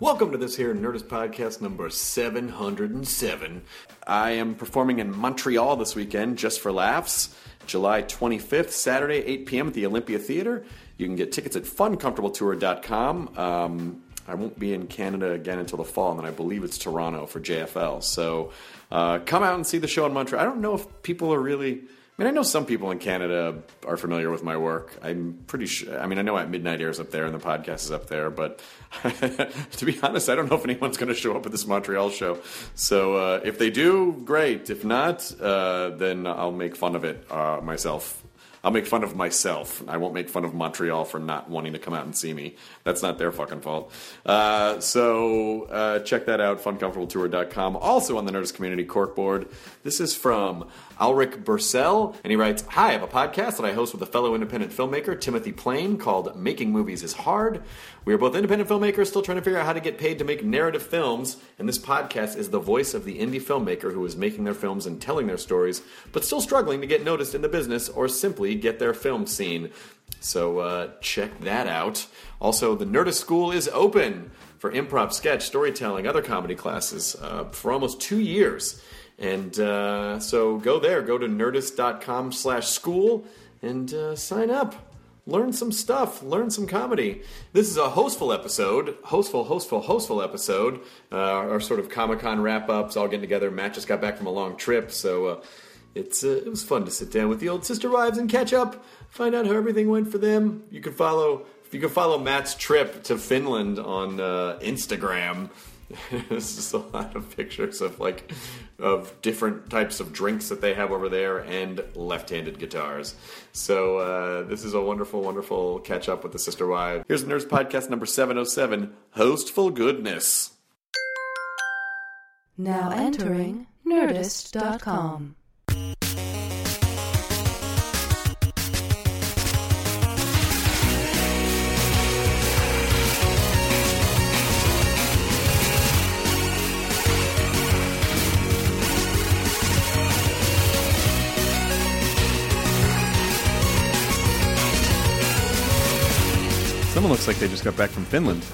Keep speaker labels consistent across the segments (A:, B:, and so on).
A: Welcome to this here Nerdist podcast number 707. I am performing in Montreal this weekend just for laughs, July 25th, Saturday, 8 p.m. at the Olympia Theater. You can get tickets at funcomfortabletour.com. Um, I won't be in Canada again until the fall, and then I believe it's Toronto for JFL. So uh, come out and see the show in Montreal. I don't know if people are really. I mean, I know some people in Canada are familiar with my work. I'm pretty sure. I mean, I know at midnight airs up there and the podcast is up there, but to be honest, I don't know if anyone's going to show up at this Montreal show. So uh, if they do, great. If not, uh, then I'll make fun of it uh, myself. I'll make fun of myself. I won't make fun of Montreal for not wanting to come out and see me. That's not their fucking fault. Uh, so uh, check that out, funcomfortabletour.com. Also on the Nerdist Community Corkboard, this is from Alric Bursell, and he writes Hi, I have a podcast that I host with a fellow independent filmmaker, Timothy Plain, called Making Movies is Hard. We are both independent filmmakers still trying to figure out how to get paid to make narrative films, and this podcast is the voice of the indie filmmaker who is making their films and telling their stories, but still struggling to get noticed in the business or simply get their film seen. So uh, check that out. Also, the Nerdist School is open for improv, sketch, storytelling, other comedy classes uh, for almost two years. And uh, so go there. Go to nerdist.com slash school and uh, sign up. Learn some stuff. Learn some comedy. This is a hostful episode. Hostful, hostful, hostful episode. Uh, our sort of Comic Con wrap ups, all getting together. Matt just got back from a long trip, so uh, it's uh, it was fun to sit down with the old sister wives and catch up, find out how everything went for them. You can follow you can follow Matt's trip to Finland on uh, Instagram. it's just a lot of pictures of like of different types of drinks that they have over there and left-handed guitars. So uh, this is a wonderful, wonderful catch up with the sister wives. Here's Nerds Podcast number seven oh seven, Hostful Goodness.
B: Now entering Nerdist.com.
C: Someone looks like they just got back from Finland.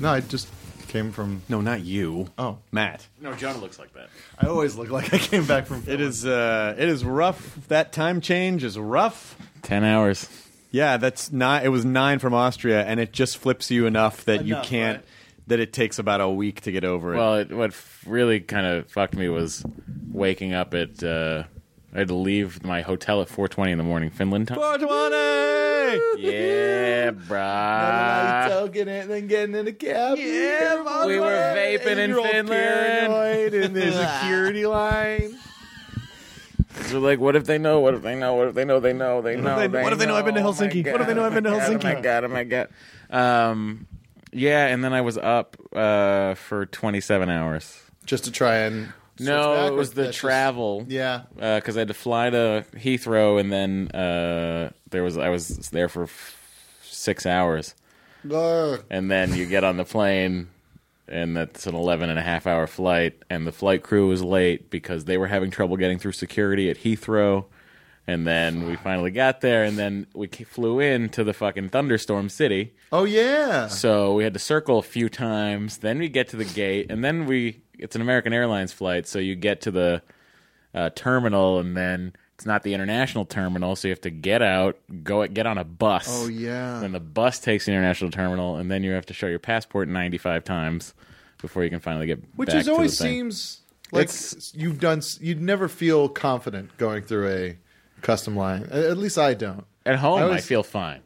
D: No, I just came from.
C: No, not you.
D: Oh.
C: Matt.
E: No, John looks like that.
D: I always look like I came back from.
C: It is. Uh, it is rough. That time change is rough.
E: Ten hours.
C: Yeah, that's nine. It was nine from Austria, and it just flips you enough that you
D: Enough,
C: can't.
D: right?
C: That it takes about a week to get over it.
E: Well, it, what f- really kind of fucked me was waking up at. Uh, I had to leave my hotel at 4:20 in the morning, Finland time.
C: 420!
E: Yeah, bruh.
D: Talking and then getting in a cab.
C: Uh, Yeah,
E: We were vaping in
C: You're all
E: Finland.
C: paranoid in the security line.
E: So like, what if they know? What if they know? What if they know? They know. They know.
C: they- what if they know I've been to
E: Oh my
C: Helsinki? What if they know
E: God,
C: I've been to
E: oh my God,
C: Helsinki?
E: Oh my god! Oh my god! Um, yeah, and then I was up uh, for 27 hours.
D: Just to try and. switch
E: No,
D: back,
E: it was
D: or
E: the
D: that's just-
E: travel.
D: yeah.
E: because Uh, I had to fly to Heathrow, and then uh, there was I was there for f- six hours,
D: Ugh.
E: and then you get on the plane, and that's an 11 and a half hour flight, and the flight crew was late because they were having trouble getting through security at Heathrow, and then we finally got there, and then we ca- flew in to the fucking thunderstorm city.
D: Oh yeah.
E: So we had to circle a few times. Then we get to the gate, and then we it's an American Airlines flight, so you get to the uh, terminal, and then it's not the international terminal, so you have to get out, go get on a bus.
D: Oh, yeah.
E: Then the bus takes the international terminal, and then you have to show your passport ninety five times before you can finally get
D: Which
E: back
D: is
E: to the
D: always
E: thing.
D: seems Like
A: It's-
D: you've done, s- you'd never feel confident going through a custom line. A- At least I don't.
E: At home, I,
D: I was-
E: feel fine.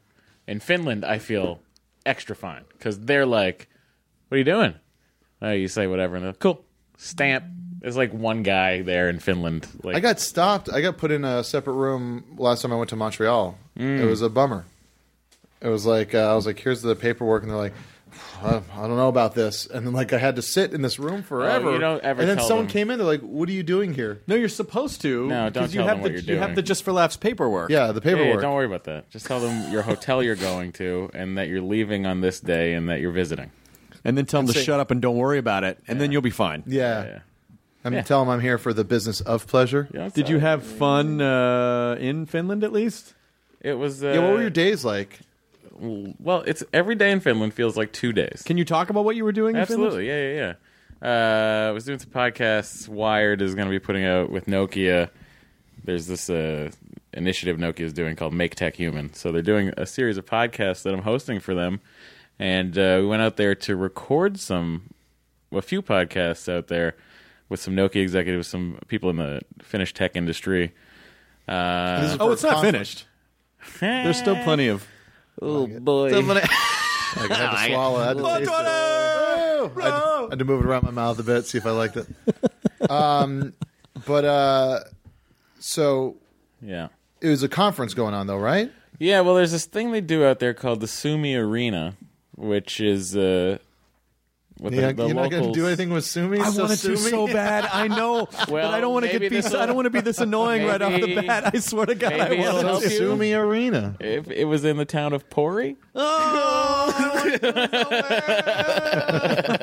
E: In Finland, I feel extra fine because they're like, "What are you doing?" Oh, you say whatever, and they're like, cool. Stamp. There's like one guy there in Finland. Like,
D: I got stopped. I got put in a separate room last time I went to Montreal.
E: Mm.
D: It was a bummer. It was like uh, I was like, "Here's the paperwork," and they're like, "I I don't know about this," and then like I had to sit in this room forever.
E: you don't ever
D: and then
E: tell
D: someone
E: them.
D: came in. They're like, "What are you doing here?"
A: No, you're supposed to.
E: No, don't
A: because
E: tell
A: you have
E: them
A: the,
E: what you're
A: You have
E: doing.
A: the just for laughs paperwork.
D: Yeah, the
E: "Hey,
D: paperwork.
E: don't worry about that. Just tell them your hotel you're going to, and that you're leaving on this day, and that you're visiting.
A: and then tell them to shut up and don't worry about it, and then you'll be fine.
D: yeah.
E: yeah.
D: I'm tell them I'm here for the business of pleasure.
E: You know,
A: Did
E: so
A: you have fun uh, in Finland at least?
E: It was. Uh,
D: Yeah. What were your days like?
E: Well, it's every day in Finland feels like two days.
A: Can you talk about what you were doing? In Finland?
E: Absolutely, yeah, yeah, yeah. Uh, I was doing some podcasts. Wired is going to be putting out with Nokia. There's this uh, initiative Nokia is doing called Make Tech Human. So they're doing a series of podcasts that I'm hosting for them, and uh, we went out there to record some, a few podcasts out there with some Nokia executives, some people in the Finnish tech industry.
D: This is
A: Oh,
D: for
A: it's not
D: conference.
A: finished. There's still plenty of.
E: Oh boy!
D: Like, I had to swallow. I had to taste it. I had to move it around my mouth a bit, see if I liked it. um, but uh, so
E: Yeah.
D: it was a conference going on though, right?
E: Yeah, well, there's this thing they do out there called the Sumi Arena, which is uh, what
D: Yeah,
E: the, the
D: you're not going to
E: locals-
D: do anything with Sumi.
A: I
D: so
A: wanted to
D: Sumi-
A: so bad. I know, but
E: Well,
A: I don't want to
E: maybe
A: get be.
E: this'll-
A: I don't want to be this annoying right off the
E: Maybe-
A: bat. I swear to God, I
E: maybe
A: want
E: it'll
D: So
E: help you.
D: Sumi Arena.
E: If it was in the town of Pori,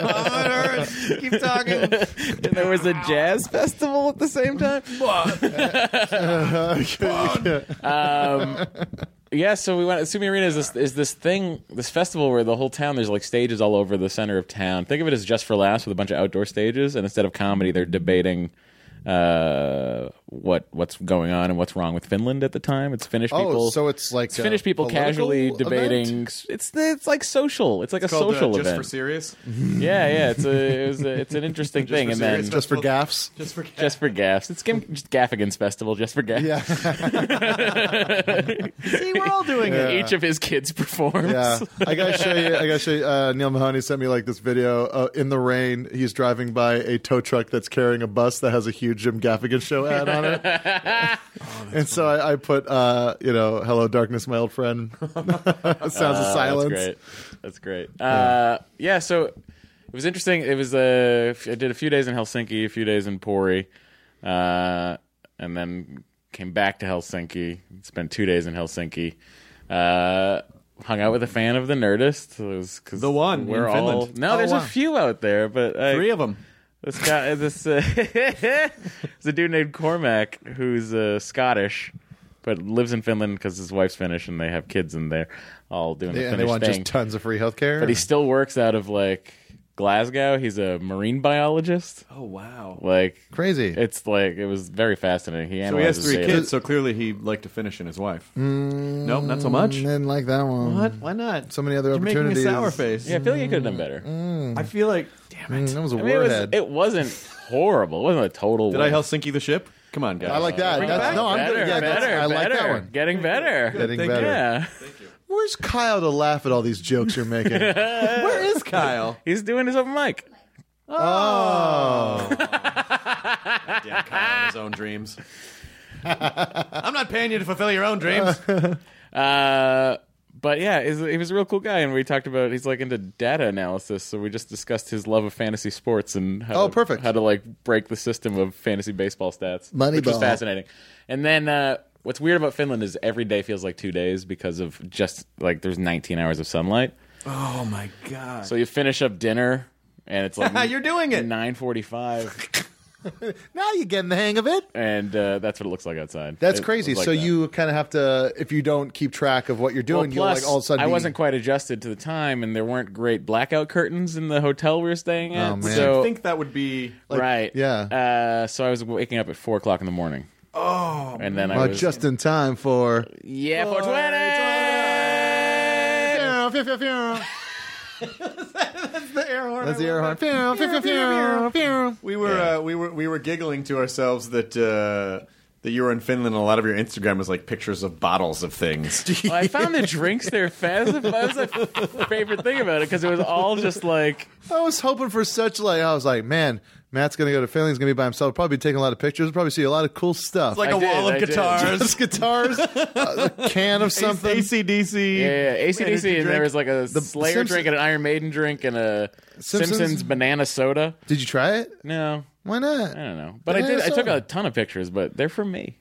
D: Keep talking.
E: and there was a jazz festival at the same time. Um, Yeah, so we went. Sumi Arena is this is this thing, this festival where the whole town there's like stages all over the center of town. Think of it as just for laughs with a bunch of outdoor stages, and instead of comedy, they're debating uh, what what's going on and what's wrong with Finland at the time. It's Finnish people.
D: Oh, so it's like
E: It's Finnish
D: a
E: people
D: political
E: casually
D: event? uh,
E: debating. It's it's like social. It's uh, like a social
A: just
E: event.
A: for serious.
E: yeah, yeah. It's a, it was a it's an interesting thing. And then
D: just for gaffs.
A: Just for
E: just for gaffs. It's Gim- just Gaffigan's festival. Just for gaffs.
D: Yeah,
A: see, we're all doing it.
E: Each of his kids performs.
D: yeah. I gotta show you. I gotta show you. Uh, Neil Mahoney sent me like this video uh, in the rain. He's driving by a tow truck that's carrying a bus that has a huge Jim Gaffigan show ad on it. and so I, I put, uh, you know, "Hello, darkness, my old friend." Sounds of silence.
E: Ah, That's great. That's great. Uh, yeah. So it was interesting. It was uh, I did a few days in Helsinki, a few days in Pori, uh, and then came back to Helsinki. Spent two days in Helsinki. Uh, hung out with a fan of the Nerdist. It was 'cause
A: The one
E: we're
A: in
E: all
A: Finland.
E: no.
A: Oh,
E: there's
A: wow.
E: a few out there, but I,
A: Three of them.
E: this guy, this uh, there's a dude named Cormac who's uh, Scottish, but lives in Finland because his wife's Finnish, and they have kids in there, all doing the
D: Yeah, and
E: Finnish
D: they want
E: thing.
D: just tons of free healthcare.
E: but he still works out of like Glasgow. He's a marine biologist.
A: Oh wow.
E: Like
D: crazy.
E: it's like it was very fascinating. He
A: So he has
E: analyzes
A: three
E: data.
A: kids, so clearly he liked to finish in his wife. nope, not so much.
D: Didn't like that one.
A: What? Why not?
D: So many other
A: You're
D: opportunities.
A: Making a sour face.
E: Yeah, I feel like he could have done better.
A: I feel like. Damn
D: Mm,
A: it.
D: that was a
E: I mean,
D: Mm,
E: it, was,
D: warhead.
E: it wasn't horrible. It wasn't a total.
A: Did I Helsinki the ship? Come on, guys.
D: I like that. That's, no, I'm
E: better,
D: good. Yeah,
E: better,
D: that's, I like that
E: better.
D: one.
E: Getting better.
D: Getting
A: Thank
D: better.
E: Yeah,
D: Where's Kyle to laugh at all these jokes you're making?
A: Where is Kyle?
E: he's doing his open mic.
A: yeah, Kyle in his own dreams. I'm not paying you to fulfill your own dreams.
E: Uh, but yeah, he's- he was a real cool guy, and we talked about he's like into data analysis, so we just discussed his love of fantasy sports and how
D: Oh,
E: to,
D: perfect.
E: how to like break the system of fantasy baseball stats, which was
D: Moneyball.
E: fascinating. And then uh, what's weird about Finland is every day feels like two days because of just like there's 19 hours of sunlight,
A: oh my god.
E: so you finish up dinner and it's like
A: You're doing it.
E: 9:45,
D: now you're getting the hang of it.
E: and uh, that's what it looks like outside.
D: That's
E: It was
D: crazy.
E: like
D: so
E: that.
D: you kind of have to, if you don't keep track of what you're doing,
E: Well, plus,
D: you'll like all of a sudden.
E: I
D: be-
E: wasn't quite adjusted to the time, and there weren't great blackout curtains in the hotel we were staying at.
D: Oh, man.
E: So,
A: I think that would be.
E: right,
D: yeah.
E: Uh, so I was waking up at four o'clock in the morning. Oh, and then I
D: Uh,
E: was
D: just in time for.
E: yeah, four twenty.
D: Funeral, funeral, funeral.
A: the air horn.
D: That's
A: I
D: the air
A: love
D: horn.
A: it.
D: Pew, pew, pew, pew, pew.
A: We were uh, we were we were giggling to ourselves that uh, that you were in Finland. and A lot of your Instagram was like pictures of bottles of things.
E: Well, I found the drinks there fast. That was my favorite thing about it because it was all just like
D: I was hoping for such like I was like, man, Matt's gonna go to Finland. He's gonna be by himself. Probably be taking a lot of pictures. Probably see a lot of cool stuff.
A: like
E: I
A: a
E: did,
A: wall of
E: I did.
A: guitars.
D: guitars, a can of something.
A: ACDC.
E: yeah, yeah, ACDC, and there was like a Slayer
D: Simpson-
E: drink and an Iron Maiden drink and a
D: Simpsons-
E: Simpsons, banana soda.
D: Did you try it?
E: No,
D: Why not?
E: I don't know, but I
D: Banana
E: did. I took
D: soda.
E: a ton of pictures, but they're for me.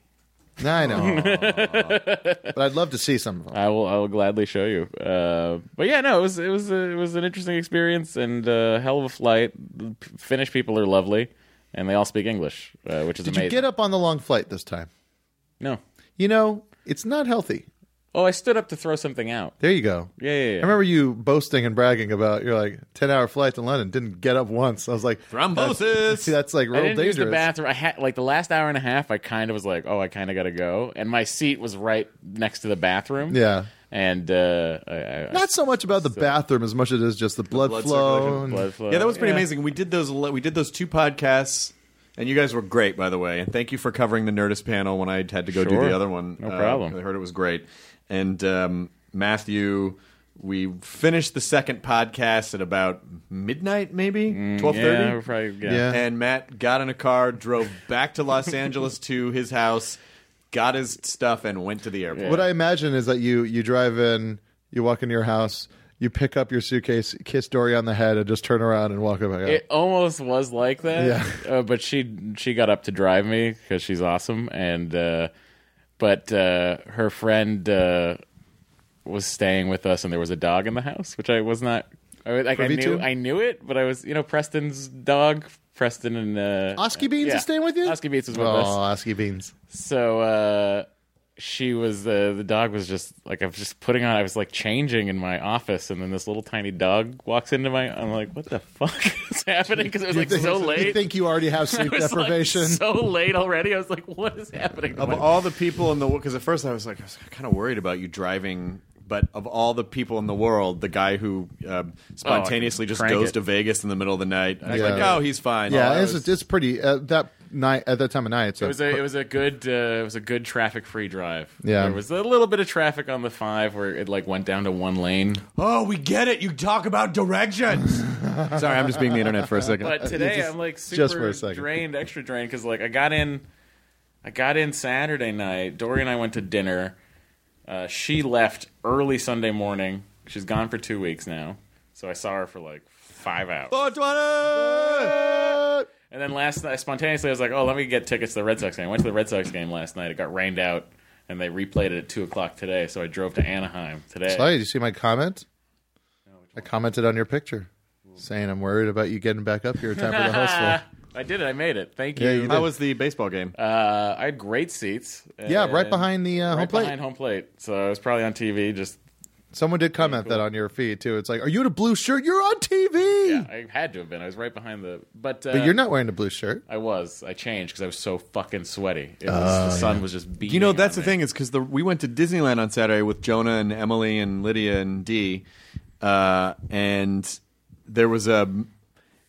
D: No, I know. but I'd love to see some of them.
E: I will. I will gladly show you. Uh, but yeah, no, it was it was a, it was an interesting experience and uh, hell of a flight. The P- Finnish people are lovely, and they all speak English, uh, which is
D: Did
E: amazing.
D: you get up on the long flight this time?
E: No.
D: You know, it's not healthy.
E: Oh, I stood up to throw something out.
D: There you go.
E: Yeah, yeah, yeah.
D: I remember you boasting and bragging about you're like ten hour flight to London, didn't get up once. I was like
A: Thrombosis.
D: See, that's like
E: I
D: real
E: didn't
D: dangerous.
E: use the bathroom. I had like the last hour and a half. I kind of was like, oh, I kind of got to go, and my seat was right next to the bathroom.
D: Yeah.
E: and uh, I, I,
D: Not so much about the bathroom as much as it is just the blood,
F: blood
D: flow.
F: circulation.
D: and-
E: blood flow.
A: Yeah, that was pretty amazing. We did those. We did those two podcasts, and you guys were great, by the way. And thank you for covering the Nerdist panel when I had to go do
E: Sure.
A: the other one. Uh,
E: No problem.
A: I heard it was great. And um, Matthew, we finished the second podcast at about midnight, maybe twelve thirty.
E: Mm, Yeah, probably, yeah.
D: Yeah.
A: And Matt got in a car, drove back to Los Angeles to his house, got his stuff, and went to the airport.
D: What I imagine is that you you drive in, you walk into your house, you pick up your suitcase, kiss Dory on the head, and just turn around and walk away.
E: It almost was like that.
D: Yeah.
E: Uh, but she she got up to drive me because she's awesome, and uh, but uh, her friend uh, was staying with us, and there was a dog in the house, which I was not. I, was- like, I
D: Privy
E: knew
D: to?
E: I knew it, but I was you know Preston's dog. Preston and uh,
D: Oski Beans
E: yeah.
D: is staying with you.
E: Oski Beans was
D: Oh,
E: with us.
D: Oski Beans.
E: So uh, she was uh, the dog was just like I was just putting on. I was like changing in my office, and then this little tiny dog walks into my. I'm like, what the fuck is happening? Because it was like so
D: You
E: late.
D: think you already have sleep
E: I was, like,
D: deprivation?
E: so late already. I was like, what is happening?
A: of all the people in the world, because at first I was like, I was kind of worried about you driving. But of all the people in the world, the guy who um, spontaneously just
E: Oh, crank
A: goes
E: it.
A: to Vegas in the middle of the night, I was
D: Yeah.
A: like, oh, he's fine.
D: yeah,
A: Oh,
D: it's,
A: that was-
D: it's pretty at that night at that time of night. It's
E: it was a it was a good uh, it was a good traffic free drive.
D: Yeah.
E: there was a little bit of traffic on the five where it like went down to one lane.
A: oh, we get it. You talk about directions. Sorry, I'm just being the internet for a second.
E: But today I'm like super
D: just for a second.
E: drained, extra drained because like I got in, I got in Saturday night. Dory and I went to dinner. Uh, she left early Sunday morning. She's gone for two weeks now, so I saw her for like five hours.
A: 420!
E: And then last night, spontaneously, I was like, "Oh, let me get tickets to the Red Sox game." I went to the Red Sox game last night. It got rained out, and they replayed it at two o'clock today. So I drove to Anaheim today.
D: Sorry, did you see my comment? I commented on your picture, saying I'm worried about you getting back up here in time for the hustle.
E: I did it. I made it. Thank you.
D: Yeah, you
A: How was the baseball game?
E: Uh, I had great seats.
D: Yeah, right
E: and-
D: behind the uh,
E: right
D: home plate.
E: behind home plate. So I was probably on TV. Just
D: Someone did comment that on your feed too. It's like, are you in a blue shirt? You're on TV.
E: yeah, I had to have been. I was right behind the. But, uh,
D: But you're not wearing a blue shirt.
E: I was. I changed because I was so fucking sweaty. It was, the
D: Oh,
E: sun was just beating.
A: You know, that's
E: on
A: the
E: me.
A: thing is because we went to Disneyland on Saturday with Jonah and Emily and Lydia and Dee, uh, and there was a.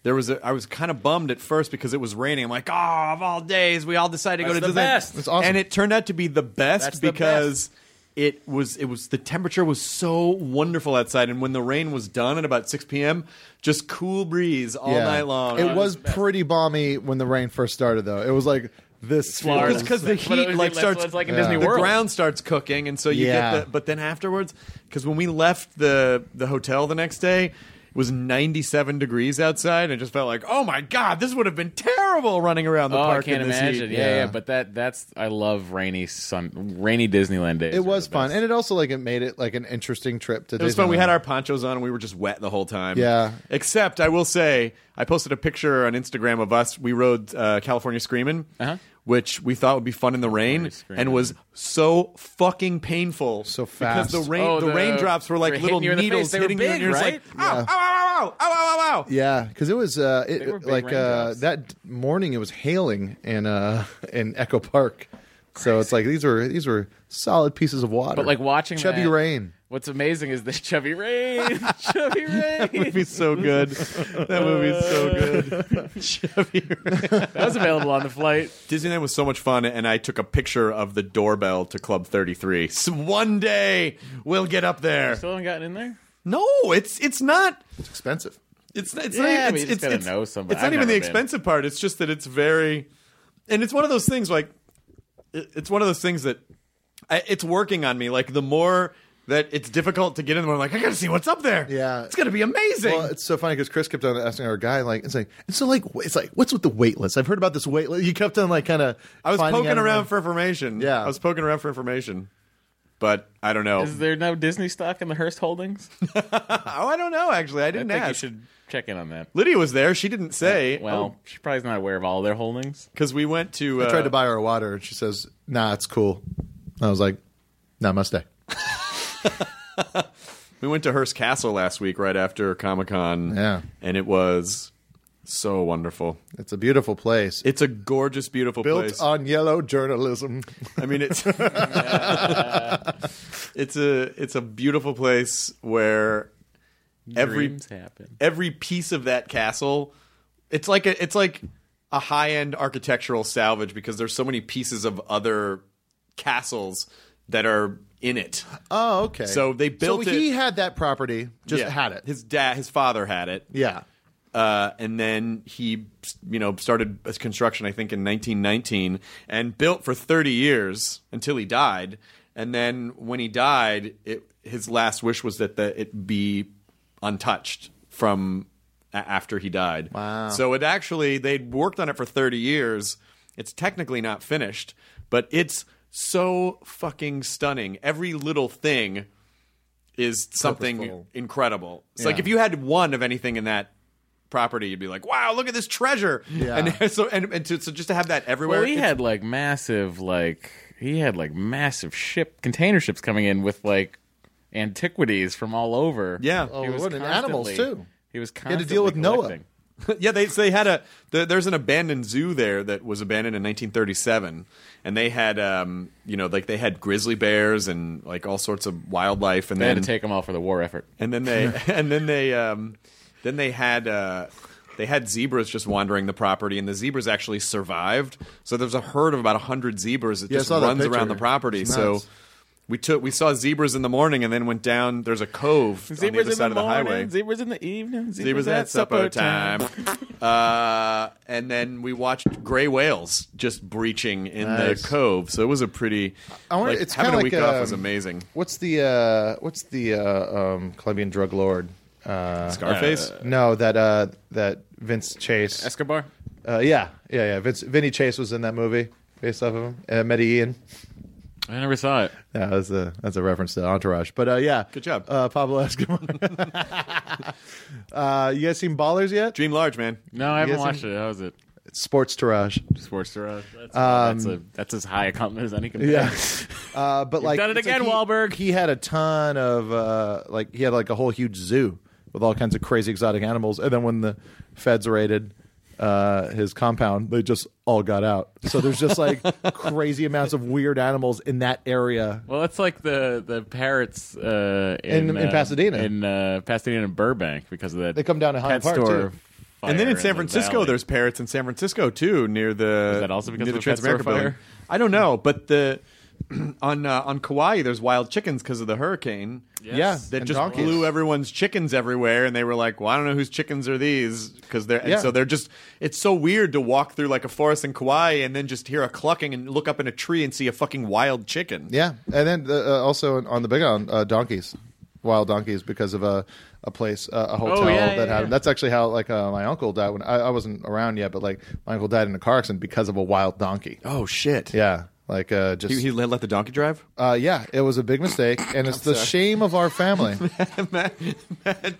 A: There was a, I was kind of bummed at first because it was raining. I'm like, oh, of all days, we all decided to go
E: That's
A: to
E: the
A: Disneyland.
E: best. That's
D: awesome.
A: And it turned out to be the best
E: That's the
A: because it was it was the temperature was so wonderful outside, and when the rain was done at about 6 p.m., just cool breeze all
D: Yeah.
A: night long.
D: It was pretty balmy when the rain first started, though. It was like this.
E: Florida.
D: feels-
A: It's 'cause the
E: But it
A: heat,
E: was-
A: like,
E: that's
A: starts-
E: what it's like in
D: Yeah.
E: Disney
D: The
E: World.
A: the ground starts cooking, and so you
D: Yeah.
A: get the. But then afterwards, because when we left the the hotel the next day, it was 97 degrees outside, and it just felt like, oh my god, this would have been terrible running around the
E: oh, I
A: park.
E: can't
A: in this
E: imagine.
A: Heat.
E: Yeah, yeah,
D: Yeah.
E: But that that's I love rainy sun, rainy Disneyland days.
D: It was fun, and it also like it made it like an interesting trip to.
A: It was fun. We had our ponchos on, and we were just wet the whole time.
D: Yeah.
A: Except, I will say, I posted a picture on Instagram of us. We rode uh, California Screamin',
E: Uh-huh.
A: which we thought would be fun in the rain,
E: Screamin'.
A: and was so fucking painful.
D: So
A: because
D: fast.
A: the rain,
E: Oh,
A: the,
E: the-
A: raindrops were
E: they
A: like
E: were
A: little
E: hitting you in the
A: needles
E: face. They were
A: hitting you, and
E: big,
A: you're just
E: right?
A: like, ow, ow, ow, ow, ow, ow, ow, ow.
D: Yeah, because it was uh,
E: They were
D: it,
E: big
D: like uh,
E: raindrops.
D: that morning. It was hailing in uh, in Echo Park, So it's like these were these were solid pieces of water.
E: But like watching
D: Chubby
E: that-
D: Rain.
E: What's amazing is that Chubby Rain, Chubby Rain,
A: movie's so good. That movie's so good.
E: that was available on the flight.
A: Disneyland was so much fun, and I took a picture of the doorbell to Club 33. So one day we'll get up there.
E: Still haven't gotten in there.
A: No, it's it's not.
D: It's expensive.
A: It's not. It's
E: Yeah,
A: not.
E: but
A: It's,
E: you just
A: it's,
E: gotta
A: it's-
E: know somebody.
A: It's not
E: I've
A: even the
E: never been.
A: expensive part. It's just that it's very, and it's one of those things. Like, it- it's one of those things that I, it's working on me. Like the more that it's difficult to get in, the more I'm like I gotta see what's up there.
D: Yeah.
A: it's gonna be amazing.
D: Well, it's so funny because Chris kept on asking our guy, like, it's like, and so, like, wh- it's like, what's with the wait list? I've heard about this wait list. You kept on, like, kind of.
A: I was poking around for information.
D: Yeah.
A: I was poking around for information, but I don't know.
E: Is there no Disney stock in the Hearst Holdings?
A: oh, I don't know. Actually, I
E: I
A: didn't
E: think you
A: ask. oh.
E: should check in on that.
A: Lydia was there. She didn't say.
E: Well, she's probably not aware of all their holdings.
A: because we went to. Uh,
D: I tried to buy her water, and she says, nah, it's cool. I was like, namaste.
A: We went to Hearst Castle last week, right after Comic Con.
D: Yeah.
A: and it was so wonderful.
D: It's a beautiful place.
A: It's a gorgeous, beautiful
D: built
A: place.
D: on yellow journalism.
A: I mean, it's it's a it's a beautiful place where every
E: Dreams happen.
A: every piece of that castle it's like a it's like a high end architectural salvage because there's so many pieces of other castles that are in it.
D: Oh, okay.
A: So they built
D: so He
A: it-
D: had that property, just
A: Yeah.
D: had it.
A: His dad, his father had it.
D: yeah.
A: uh, and then he you know started his construction I think in 1919 and built for 30 years until he died and then when he died it, his last wish was that the, it be untouched from a- after he died wow so it actually they'd worked on it for 30 years it's technically not finished but it's so fucking stunning every little thing is something
D: Purposeful.
A: incredible. It's like
D: Yeah.
A: if you had one of anything in that property, you'd be like, "Wow, look at this treasure!"
D: Yeah.
A: And so and, and to, so just to have that everywhere.
E: Well, he
A: it's-
E: had like massive, like he had like massive ship container ships coming in with like antiquities from all over.
A: yeah,
D: Oh, what and animals
E: constantly-
D: too.
E: He was
D: had
E: constantly
D: to deal with Noah.
E: collecting.
A: yeah. They so they had a the, there's an abandoned zoo there that was abandoned in 1937, and they had um you know like they had grizzly bears and like all sorts of wildlife, and
E: They
A: then
E: had to take them all for the war effort.
A: and then they and then they um, then they had uh, they had zebras just wandering the property, and the zebras actually survived. So there's a herd of about hundred zebras that
D: Yeah, I
A: just
D: saw that
A: runs
D: picture.
A: around the property.
D: It's
A: So
D: nuts.
A: we took we saw zebras in the morning, and then went down. There's a cove on the other
E: Zebras in the
A: side of the
E: morning,
A: highway.
E: zebras in the evening, zebras,
A: Zebras at supper time, uh, and then we watched gray whales just breaching in
D: Nice.
A: the cove. So it was a pretty.
D: I wonder.
A: like,
D: it's kind
A: having
D: of
A: a
D: like
A: week off was
D: um,
A: amazing.
D: What's the uh, what's the uh, um, Colombian drug lord? Uh,
A: Scarface,
D: no, that uh, that Vince Chase.
E: Escobar.
D: Uh, yeah, yeah, yeah. Vince Vinny Chase was in that movie based off of him. Uh, Medellin.
E: I never saw it.
D: Yeah, that's a that's a reference to Entourage. But uh, yeah,
A: Good job.
D: uh, Pablo Escobar. uh, you guys seen Ballers yet?
A: dream large, man.
E: No, I haven't
D: guys
E: watched it. How is it?
D: It's Sports Tourage.
E: Sports Garage. That's, that's,
A: Um,
E: a, that's as high a compliment as any can. Yeah.
D: Uh, but like
E: done it
D: it's like
E: again,
D: he-
E: Wahlberg.
D: He had a ton of uh, like he had like a whole huge zoo with all kinds of crazy exotic animals, and then when the feds raided uh, his compound, they just all got out. So there's just like crazy amounts of weird animals in that area.
E: Well, that's like the the parrots uh, in,
D: In- in
E: uh,
D: Pasadena.
E: in uh, Pasadena and Burbank because of that.
D: They come down to Highland
E: pet
D: Park,
E: store.
D: too.
E: fire
A: and then in San
E: the
A: Francisco,
E: valley.
A: there's parrots in San Francisco too, near the.
E: Is that also because
A: near
E: of
A: the
E: a pet store
A: Transamerica building.
E: fire?
A: I don't know, but the on uh, on Kauai, there's wild chickens because of the hurricane.
D: Yeah,
A: That
D: and
A: just
D: donkeys.
A: blew everyone's chickens everywhere, and they were like, "Well, I don't know whose chickens are these," because they're and
D: Yeah.
A: so they're just. It's so weird to walk through like a forest in Kauai and then just hear a clucking and look up in a tree and see a fucking wild chicken.
D: Yeah, and then uh, uh, also on- on the Big Island, uh, donkeys, wild donkeys, because of a a place, uh, a hotel
E: Oh, yeah,
D: that
E: yeah,
D: had.
E: yeah.
D: That's actually how like uh, my uncle died when I, I wasn't around yet, but like my uncle died in a car accident because of a wild donkey.
A: Oh shit.
D: Yeah, like uh, just
A: He, he let the donkey drive.
D: uh, yeah, it was a big mistake, and it's the shame of our family.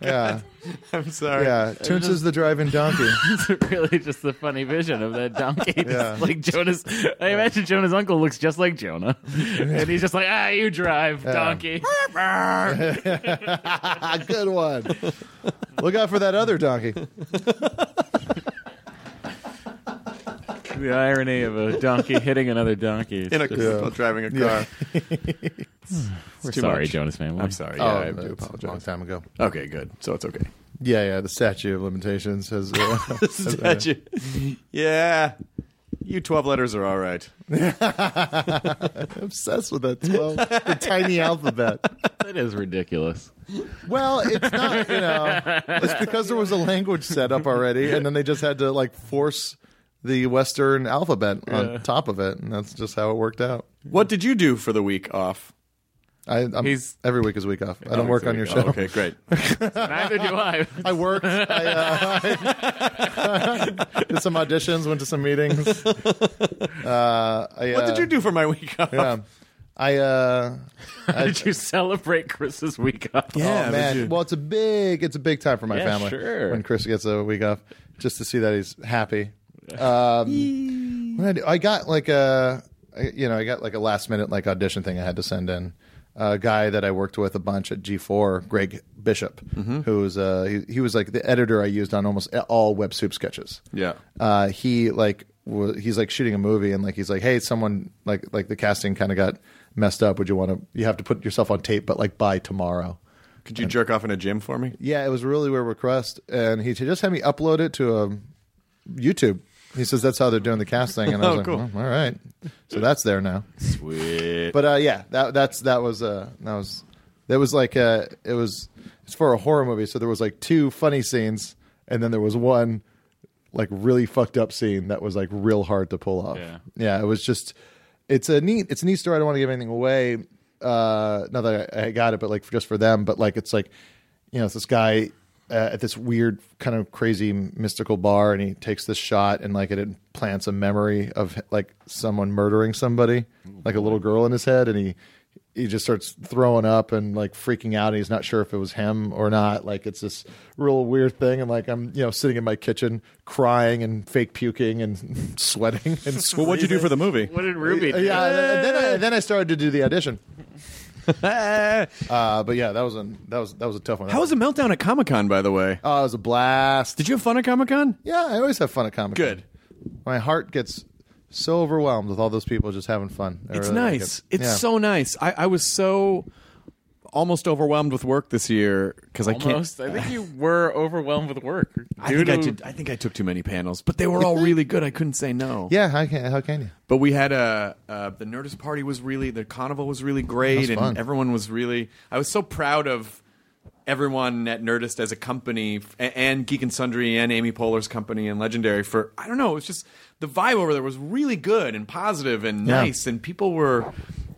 D: yeah,
A: I'm sorry.
D: yeah. Toons is the driving donkey.
E: it's really just the funny vision of that donkey. just
D: Yeah.
E: Like Jonah's, I imagine Jonah's uncle looks just like Jonah, and he's just like, ah, you drive donkey.
D: ah, good one. Look out for that other donkey.
E: the irony of a donkey hitting another donkey. It's
A: in a
E: just-
A: car while driving a car.
E: we're
A: too
E: sorry,
A: much.
E: Jonas family.
A: I'm sorry. Yeah, I
D: Oh,
A: do
D: that's
E: Oh,
D: A long
A: apologize.
D: time ago.
A: Okay, good. So it's okay.
D: Yeah, yeah. The statute of limitations has. Uh, has, uh,
A: yeah, you twelve letters are all right.
D: obsessed with that twelve, the tiny alphabet.
E: That is ridiculous.
D: Well, it's not, you know, it's because there was a language set up already, and then they just had to like force the Western alphabet on top of it, and that's just how it worked out.
A: What did you do for the week off?
D: I, I'm,
E: He's-
D: every week is week off. I don't work on your
A: Oh,
D: show.
A: okay, great.
E: Neither do I.
D: I worked. I, uh, did some auditions, went to some meetings. Uh, I,
A: What
D: uh,
A: did you do for my week off?
D: Yeah, I. Uh,
E: Did you celebrate Chris's week off?
D: oh man! Well, it's a big it's a big time for my
E: Yeah,
D: family
E: sure.
D: when Chris gets a week off, just to see that he's happy. Um, what did I, do? I got like a I- you know I got like a last minute like audition thing I had to send in. A guy that I worked with a bunch at G4, Greg Bishop,
A: Mm-hmm.
D: who's uh, he, he was like the editor I used on almost all Web Soup sketches
A: Yeah.
D: uh, he like wa he's like shooting a movie and like he's like hey someone like like the casting kind of got messed up would you want to you have to put yourself on tape but like by tomorrow
A: Could you jerk off in a gym for me?
D: yeah it was a really weird request and he just had me upload it to um, youtube he says that's how they're doing the casting and i was
A: Oh,
D: like
A: cool.
D: "Well, all right so that's there now
E: Sweet.
D: but uh, yeah, that that's that was uh, that was that was like uh, it was it's for a horror movie, so there was like two funny scenes, and then there was one like really fucked up scene that was like real hard to pull off.
E: Yeah.
D: it was just it's a neat it's a neat story. I don't want to give anything away. Uh, not that I, I got it, but like just for them. But like it's like you know it's this guy. Uh, at this weird kind of crazy mystical bar and he takes this shot and like it implants a memory of like someone murdering somebody like a little girl in his head and he he just starts throwing up and like freaking out and he's not sure if it was him or not like it's this real weird thing and like i'm you know sitting in my kitchen crying and fake puking and sweating and
A: Well, what'd you do for the movie?
E: what did Ruby do?
D: yeah and then, I, then i started to do the audition
A: Ah,
D: uh, but yeah that was an that was that was a tough one
A: How was a meltdown at Comic Con, by the way?
D: oh it was a blast
A: Did you have fun at Comic Con?
D: yeah i always have fun at comic
A: Good.
D: my heart gets so overwhelmed with all those people just having fun I
A: It's
D: really like
A: nice.
D: it.
A: It's
D: Yeah.
A: so nice. I, I was so almost overwhelmed with work this year because I can't.
E: Almost. I think you were overwhelmed with work.
A: I think I,
E: Due to-
A: did, I think I took too many panels, but they were all really good. I couldn't say no.
D: yeah how can, how can you
A: But we had a uh, the Nerdist party was really the carnival was really great,
D: That was
A: and
D: fun.
A: everyone was really. I was so proud of everyone at Nerdist as a company, f- a- and Geek and Sundry, and Amy Poehler's company, and Legendary for I don't know. It was just the vibe over there was really good and positive and
D: Yeah.
A: nice, and people were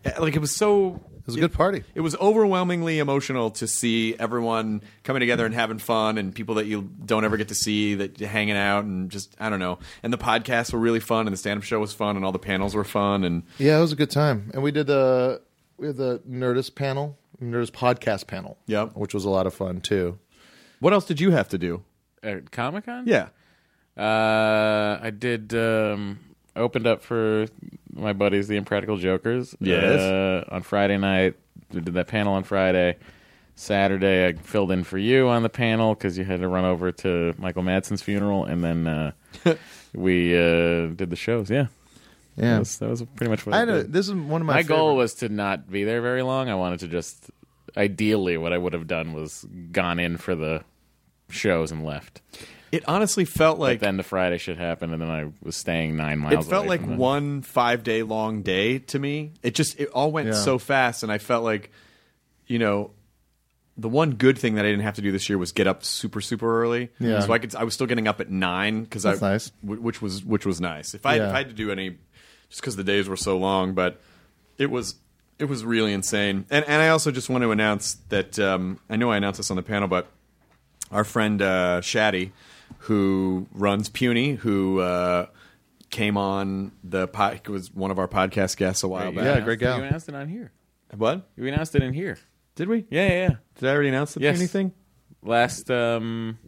A: eh, like it was so. It
D: was a good party.
A: It was overwhelmingly emotional to see everyone coming together and having fun, and people that you don't ever get to see that you're hanging out and just I don't know. And the podcasts were really fun, and the stand-up show was fun, and all the panels were fun, and
D: Yeah, it was a good time, and we did the we had the Nerdist panel, Nerdist podcast panel.
A: Yep.
D: which was a lot of fun too.
A: what else did you have to do?
E: at Comic Con.
A: Yeah,
E: Uh, I did. Um, opened up for my buddies, the Impractical Jokers.
A: Yes.
E: Uh, on Friday night, we did that panel on Friday. Saturday, I filled in for you on the panel because you had to run over to Michael Madsen's funeral, and then uh, we uh, did the shows. Yeah, that
D: Yeah,
E: was, that was pretty much what
D: I
E: I,
D: had a,
E: did.
D: this is one of my
E: my
D: favorite-
E: goal was to not be there very long. I wanted to just, ideally, what I would have done was gone in for the shows and left.
A: it honestly felt
E: But
A: like
E: then the Friday shit happened, and then I was staying nine miles.
A: it felt
E: away
A: like
E: from the-
A: one five day long day to me. It just it all went
D: Yeah.
A: so fast, and I felt like, you know, the one good thing that I didn't have to do this year was get up super super early.
D: Yeah.
A: So I could I was still getting up at nine because I
D: That's nice.
A: wh- which was which was nice. If I
D: Yeah.
A: if I had to do any, just because the days were so long, but it was. It was really insane, and and I also just want to announce that um, I know I announced this on the panel, but our friend uh, Shaddy, who runs Puny, who uh, came on the pod, was one of our podcast guests a while
E: You
A: back.
D: Yeah,
E: announced-
D: great gal.
E: You announced it on here.
A: What
E: You announced it in here.
A: did we?
E: Yeah, yeah. yeah.
A: Did I already announce the
E: Yes.
A: Puny thing?
E: Last, um,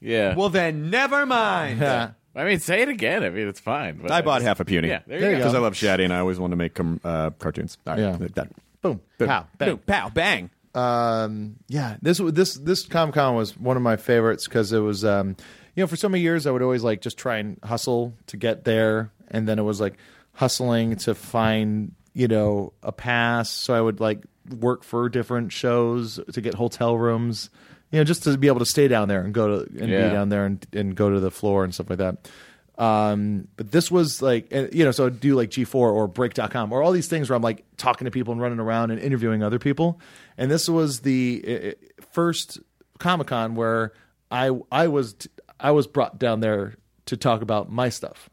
E: yeah.
A: Well, then never mind.
D: Yeah.
E: I mean, say it again. I mean, it's fine. But
A: I bought half a Puny.
E: Yeah, there you There you go. go.
A: Because I love Shaddy, and I always want to make com- uh, cartoons. All right,
D: Yeah.
A: like that.
D: boom, pow, bang.
A: Boom, pow, bang.
D: Um, yeah, this this this Comic Con was one of my favorites because it was um, you know, for so many years, I would always like just try and hustle to get there, and then it was like hustling to find you know a pass. So I would like work for different shows to get hotel rooms, you know, just to be able to stay down there and go to and
E: Yeah.
D: be down there and and go to the floor and stuff like that. Um, but this was like, uh, you know, so I'd do like G4 or break.com or all these things where I'm like talking to people and running around and interviewing other people. And this was the uh, first Comic Con where I, I was, I was brought down there to talk about my stuff,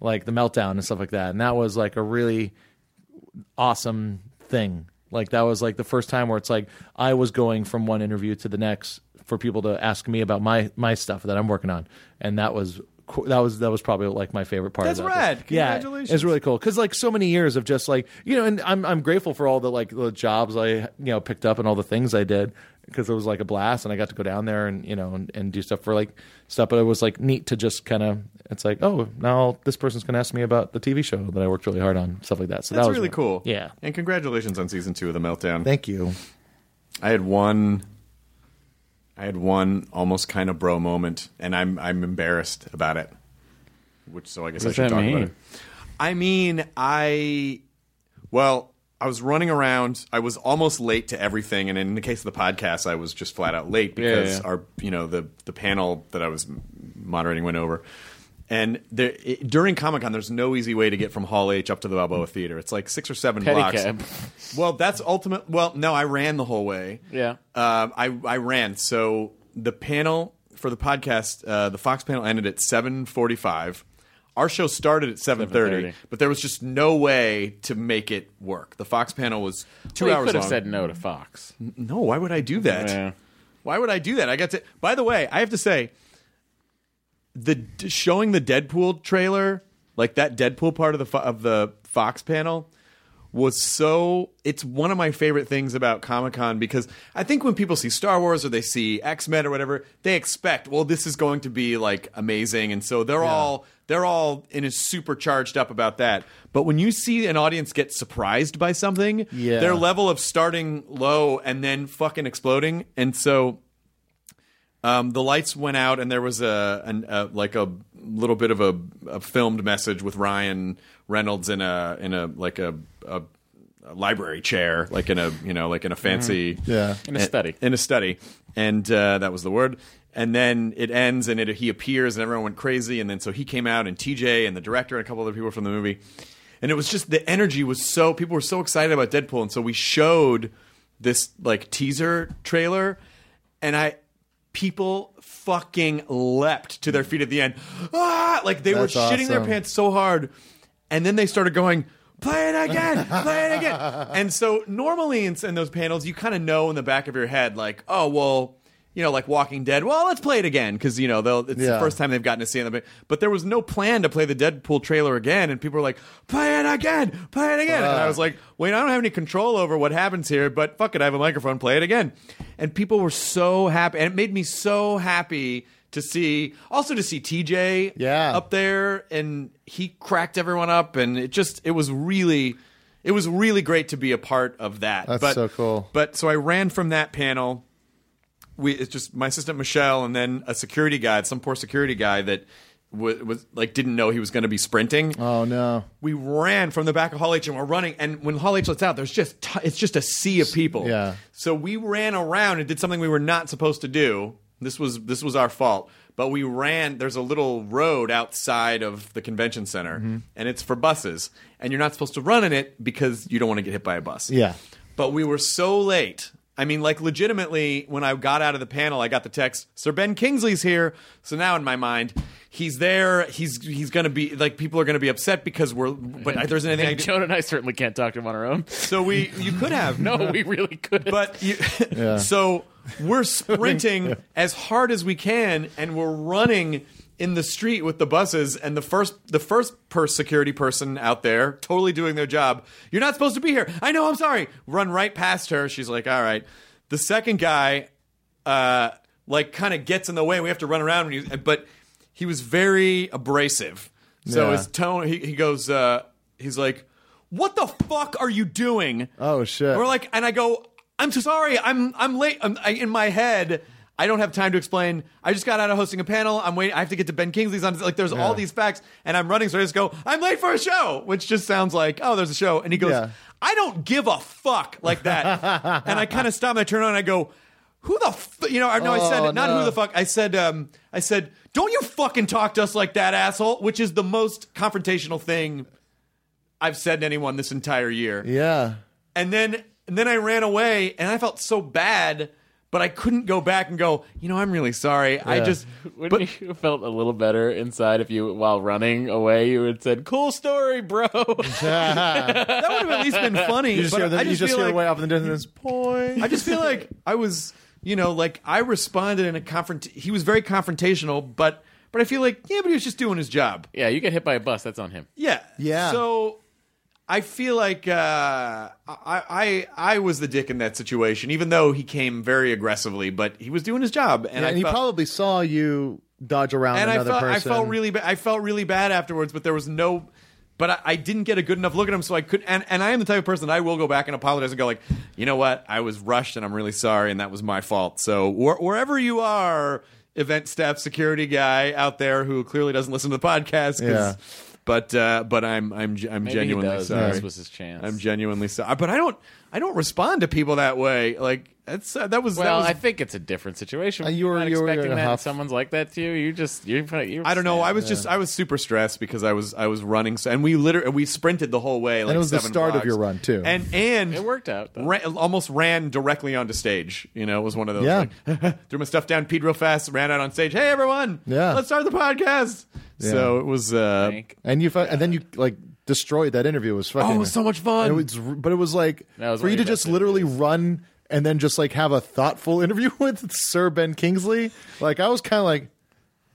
D: like the meltdown and stuff like that. And that was like a really, awesome thing. Like that was like the first time where it's like I was going from one interview to the next for people to ask me about my my stuff that I'm working on, and that was co- that was that was probably like my favorite part.
A: That's
D: about
A: rad.
D: This. Yeah,
A: Congratulations.
D: it's really cool because like so many years of just like you know, and I'm I'm grateful for all the like the jobs I you know picked up and all the things I did because it was like a blast and I got to go down there and you know and, and do stuff for like stuff, but it was like neat to just kind of it's like oh now this person's gonna ask me about the TV show that I worked really hard on stuff like that. So
A: That's
D: that was
A: really
D: my-
A: cool.
D: Yeah.
A: And congratulations on season two of The Meltdown.
D: Thank you.
A: I had one. I had one almost kind of bro moment, and I'm I'm embarrassed about it. Which so I guess I
E: does
A: should
E: that
A: talk
E: mean?
A: about it. I mean, I well, I was running around. I was almost late to everything, and in the case of the podcast, I was just flat out late
E: Yeah,
A: because
E: yeah.
A: our you know the the panel that I was m- moderating went over. And there, it, during Comic Con, there's no easy way to get from Hall H up to the Balboa Theater. It's like six or seven
E: Pedicab.
A: blocks. Well, that's ultimate. Well, no, I ran the whole way.
E: Yeah.
A: Um, I I ran. So the panel for the podcast, uh, the Fox panel ended at seven forty five. Our show started at seven thirty,
E: 7:30.
A: but there was just no way to make it work. The Fox panel was two
E: Well, you
A: hours
E: could
A: long.
E: have said no to Fox.
A: no, why would I do that?
E: Yeah.
A: Why would I do that? I got to. By the way, I have to say, the d- showing the Deadpool trailer, like that Deadpool part of the fo- of the Fox panel, was so. It's one of my favorite things about Comic Con because I think when people see Star Wars or they see X Men or whatever, they expect, well, this is going to be like amazing, and so they're all they're all in a super charged up about that. But when you see an audience get surprised by something,
D: Yeah.
A: their level of starting low and then fucking exploding, and so um, the lights went out and there was a, an, a like a little bit of a, a filmed message with Ryan Reynolds in a in a like a, a, a library chair like in a you know like in a fancy
G: Yeah.
E: In a study.
A: in a study and uh, that was the word and then it ends and it, he appears and everyone went crazy and then so he came out and tj and the director and a couple other people from the movie and it was just the energy was so people were so excited about deadpool and so we showed this like teaser trailer and i people fucking leapt to their feet at the end ah! like they
G: That's
A: were shitting their
G: awesome.
A: pants so hard and then they started going play it again play it again and so normally in, in those panels you kind of know in the back of your head like oh well you know like walking dead well let's play it again because you know they'll it's the
G: Yeah.
A: first time they've gotten to see it but, but there was no plan to play the deadpool trailer again and people were like play it again play it again and i was like wait i don't have any control over what happens here but fuck it i have a microphone play it again and people were so happy and it made me so happy to see also to see tj
G: Yeah.
A: up there and he cracked everyone up and it just it was really it was really great to be a part of that
G: That's so cool.
A: but so i ran from that panel we it's just my assistant michelle and then a security guy some poor security guy that was, was like didn't know he was going to be sprinting
G: Oh no.
A: we ran from the back of Hall H and we're running. And when Hall H lets out, there's just t- it's just a sea of people.
G: Yeah.
A: So we ran around and did something we were not supposed to do. This was this was our fault. But we ran. There's a little road outside of the convention center,
G: Mm-hmm.
A: and it's for buses. And you're not supposed to run in it because you don't want to get hit by a bus.
G: Yeah.
A: But we were so late. I mean, like, legitimately, when I got out of the panel, I got the text, Sir Ben Kingsley's here. So now in my mind, he's there. He's he's going to be, like, people are going to be upset because we're, but there's anything I
E: And
A: can
E: Joan and I certainly can't talk to him on our own.
A: So we, you could have.
E: No, we really couldn't.
A: But you, so we're sprinting as hard as we can, and we're running in the street with the buses. And the first, the first per security person out there, totally doing their job. You're not supposed to be here. I know. I'm sorry. Run right past her. She's like, all right. The second guy, uh, like, kind of gets in the way. We have to run around. And he, but he was very abrasive. So
G: Yeah.
A: his tone, he, he goes, uh, he's like, what the fuck are you doing?
G: Oh shit.
A: We're like, and I go, I'm so sorry. I'm I'm late. I'm, I, in Um, my head, I don't have time to explain. I just got out of hosting a panel. I'm waiting. I have to get to Ben Kingsley's on. Like, there's all these facts, and I'm running. So I just go, I'm late for a show, which just sounds like, oh, there's a show. And he goes,
D: Yeah.
A: I don't give a fuck like that. and I kind of stop and I turn around and I go, who the f-? you know? I know I said
D: Oh,
A: not
D: no.
A: who the fuck. I said um, I said don't you fucking talk to us like that, asshole. Which is the most confrontational thing I've said to anyone this entire year.
D: Yeah.
A: And then and then I ran away and I felt so bad, but I couldn't go back and go. You know, I'm really sorry. I
D: Yeah.
A: just
E: Wouldn't
A: but
E: you have felt a little better inside if you, while running away, you had said, "Cool story, bro."
A: that would have at least been funny.
H: You just
A: but
H: hear, the,
A: I
H: you
A: just
H: just
A: feel
H: hear
A: like-
H: way off in the distance. Point.
A: I just feel like I was, you know, like I responded in a confront. He was very confrontational, but but I feel like yeah, but he was just doing his job.
E: yeah, you get hit by a bus. That's on him.
A: Yeah,
D: Yeah.
A: So I feel like uh, I I I was the dick in that situation, even though he came very aggressively, but he was doing his job, and
D: And,
A: I
D: he
A: felt-
D: probably saw you dodge around
A: and I
D: another
A: felt
D: person.
A: I felt really ba- I felt really bad afterwards, but there was no. But I, I didn't get a good enough look at him, so I could. And, and I am the type of person that I will go back and apologize and go like, you know what, I was rushed and I'm really sorry, and that was my fault. So wh- wherever you are, event staff security guy out there who clearly doesn't listen to the podcast, 'cause-
D: Yeah.
A: But uh, but I'm I'm I'm
E: Maybe he
A: genuinely
E: does, and
A: sorry.
E: This was his chance.
A: I'm genuinely sorry, but I don't I don't respond to people that way. Like that's uh, that was that
E: well,
A: was
E: I think it's a different situation.
D: Uh, you
E: You're
D: were-
E: not
D: you were in
E: expecting
D: a
E: that.
D: huff.
E: Someone's like that to you. You just you. you
A: I don't know. I was just I was super stressed because I was I was running so, and we literally we sprinted the whole way. Like
D: it was the
A: seven
D: start of
A: blocks.
D: your run, too.
A: And and
E: It worked out. though.
A: Ran, almost ran directly onto stage. You know, it was one of those.
D: Yeah.
A: like, threw my stuff down, peed real fast, ran out on stage. Hey everyone,
D: Yeah.
A: let's start the podcast. So it was. Uh,
E: Thank-
D: and you fu- and then you like destroyed that interview. It was fucking.
A: oh, it was so much
D: And
A: fun.
D: it was, but it was like
E: That was
D: for
E: one
D: you
E: of
D: to
E: your best
D: just literally run and then just like have a thoughtful interview with Sir Ben Kingsley. Like I was kind of like,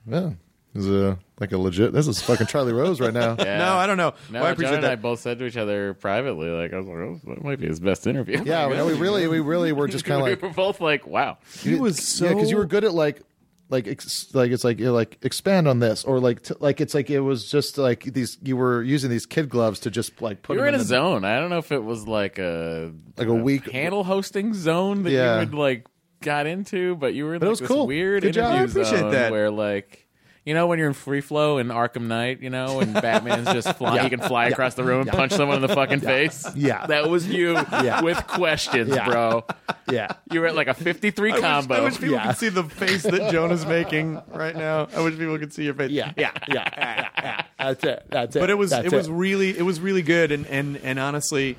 D: well, this is a like a legit. This is fucking Charlie Rose right now.
E: Yeah.
A: no, I don't know.
E: No,
A: Well, I
E: John
A: appreciate
E: and I
A: that.
E: both said to each other privately, like I was like, oh, that might be his best interview.
D: Yeah, we, we really, we really were just kind of
E: we
D: like
E: were both like, wow.
A: He was so
D: yeah, because you were good at like, like, ex, like it's like you're like expand on this or like, t- like it's like it was just like these. You were using these kid gloves to just like put
E: You were
D: them
E: in a
D: the-
E: zone. I don't know if it was like a
D: Like a weak-
E: panel hosting zone that
D: Yeah.
E: you would like got into, but you were in
D: But it
E: like,
D: was
E: this
D: cool.
E: weird
D: Good job. I
E: interview
A: appreciate
E: zone
A: that.
E: where like you know when you're in free flow in Arkham Knight, you know, and Batman's just flying, he can fly across the room and punch someone in the fucking face.
D: Yeah.
E: that was you with questions,
D: Yeah.
E: bro.
D: Yeah,
E: You were at like a 53
A: I wish,
E: combo.
A: I wish people could see the face that Jonah's making right now. I wish people could see your face.
D: yeah, yeah, yeah, yeah. That's it. That's it.
A: but it was
D: That's
A: it was really it was really good and and and honestly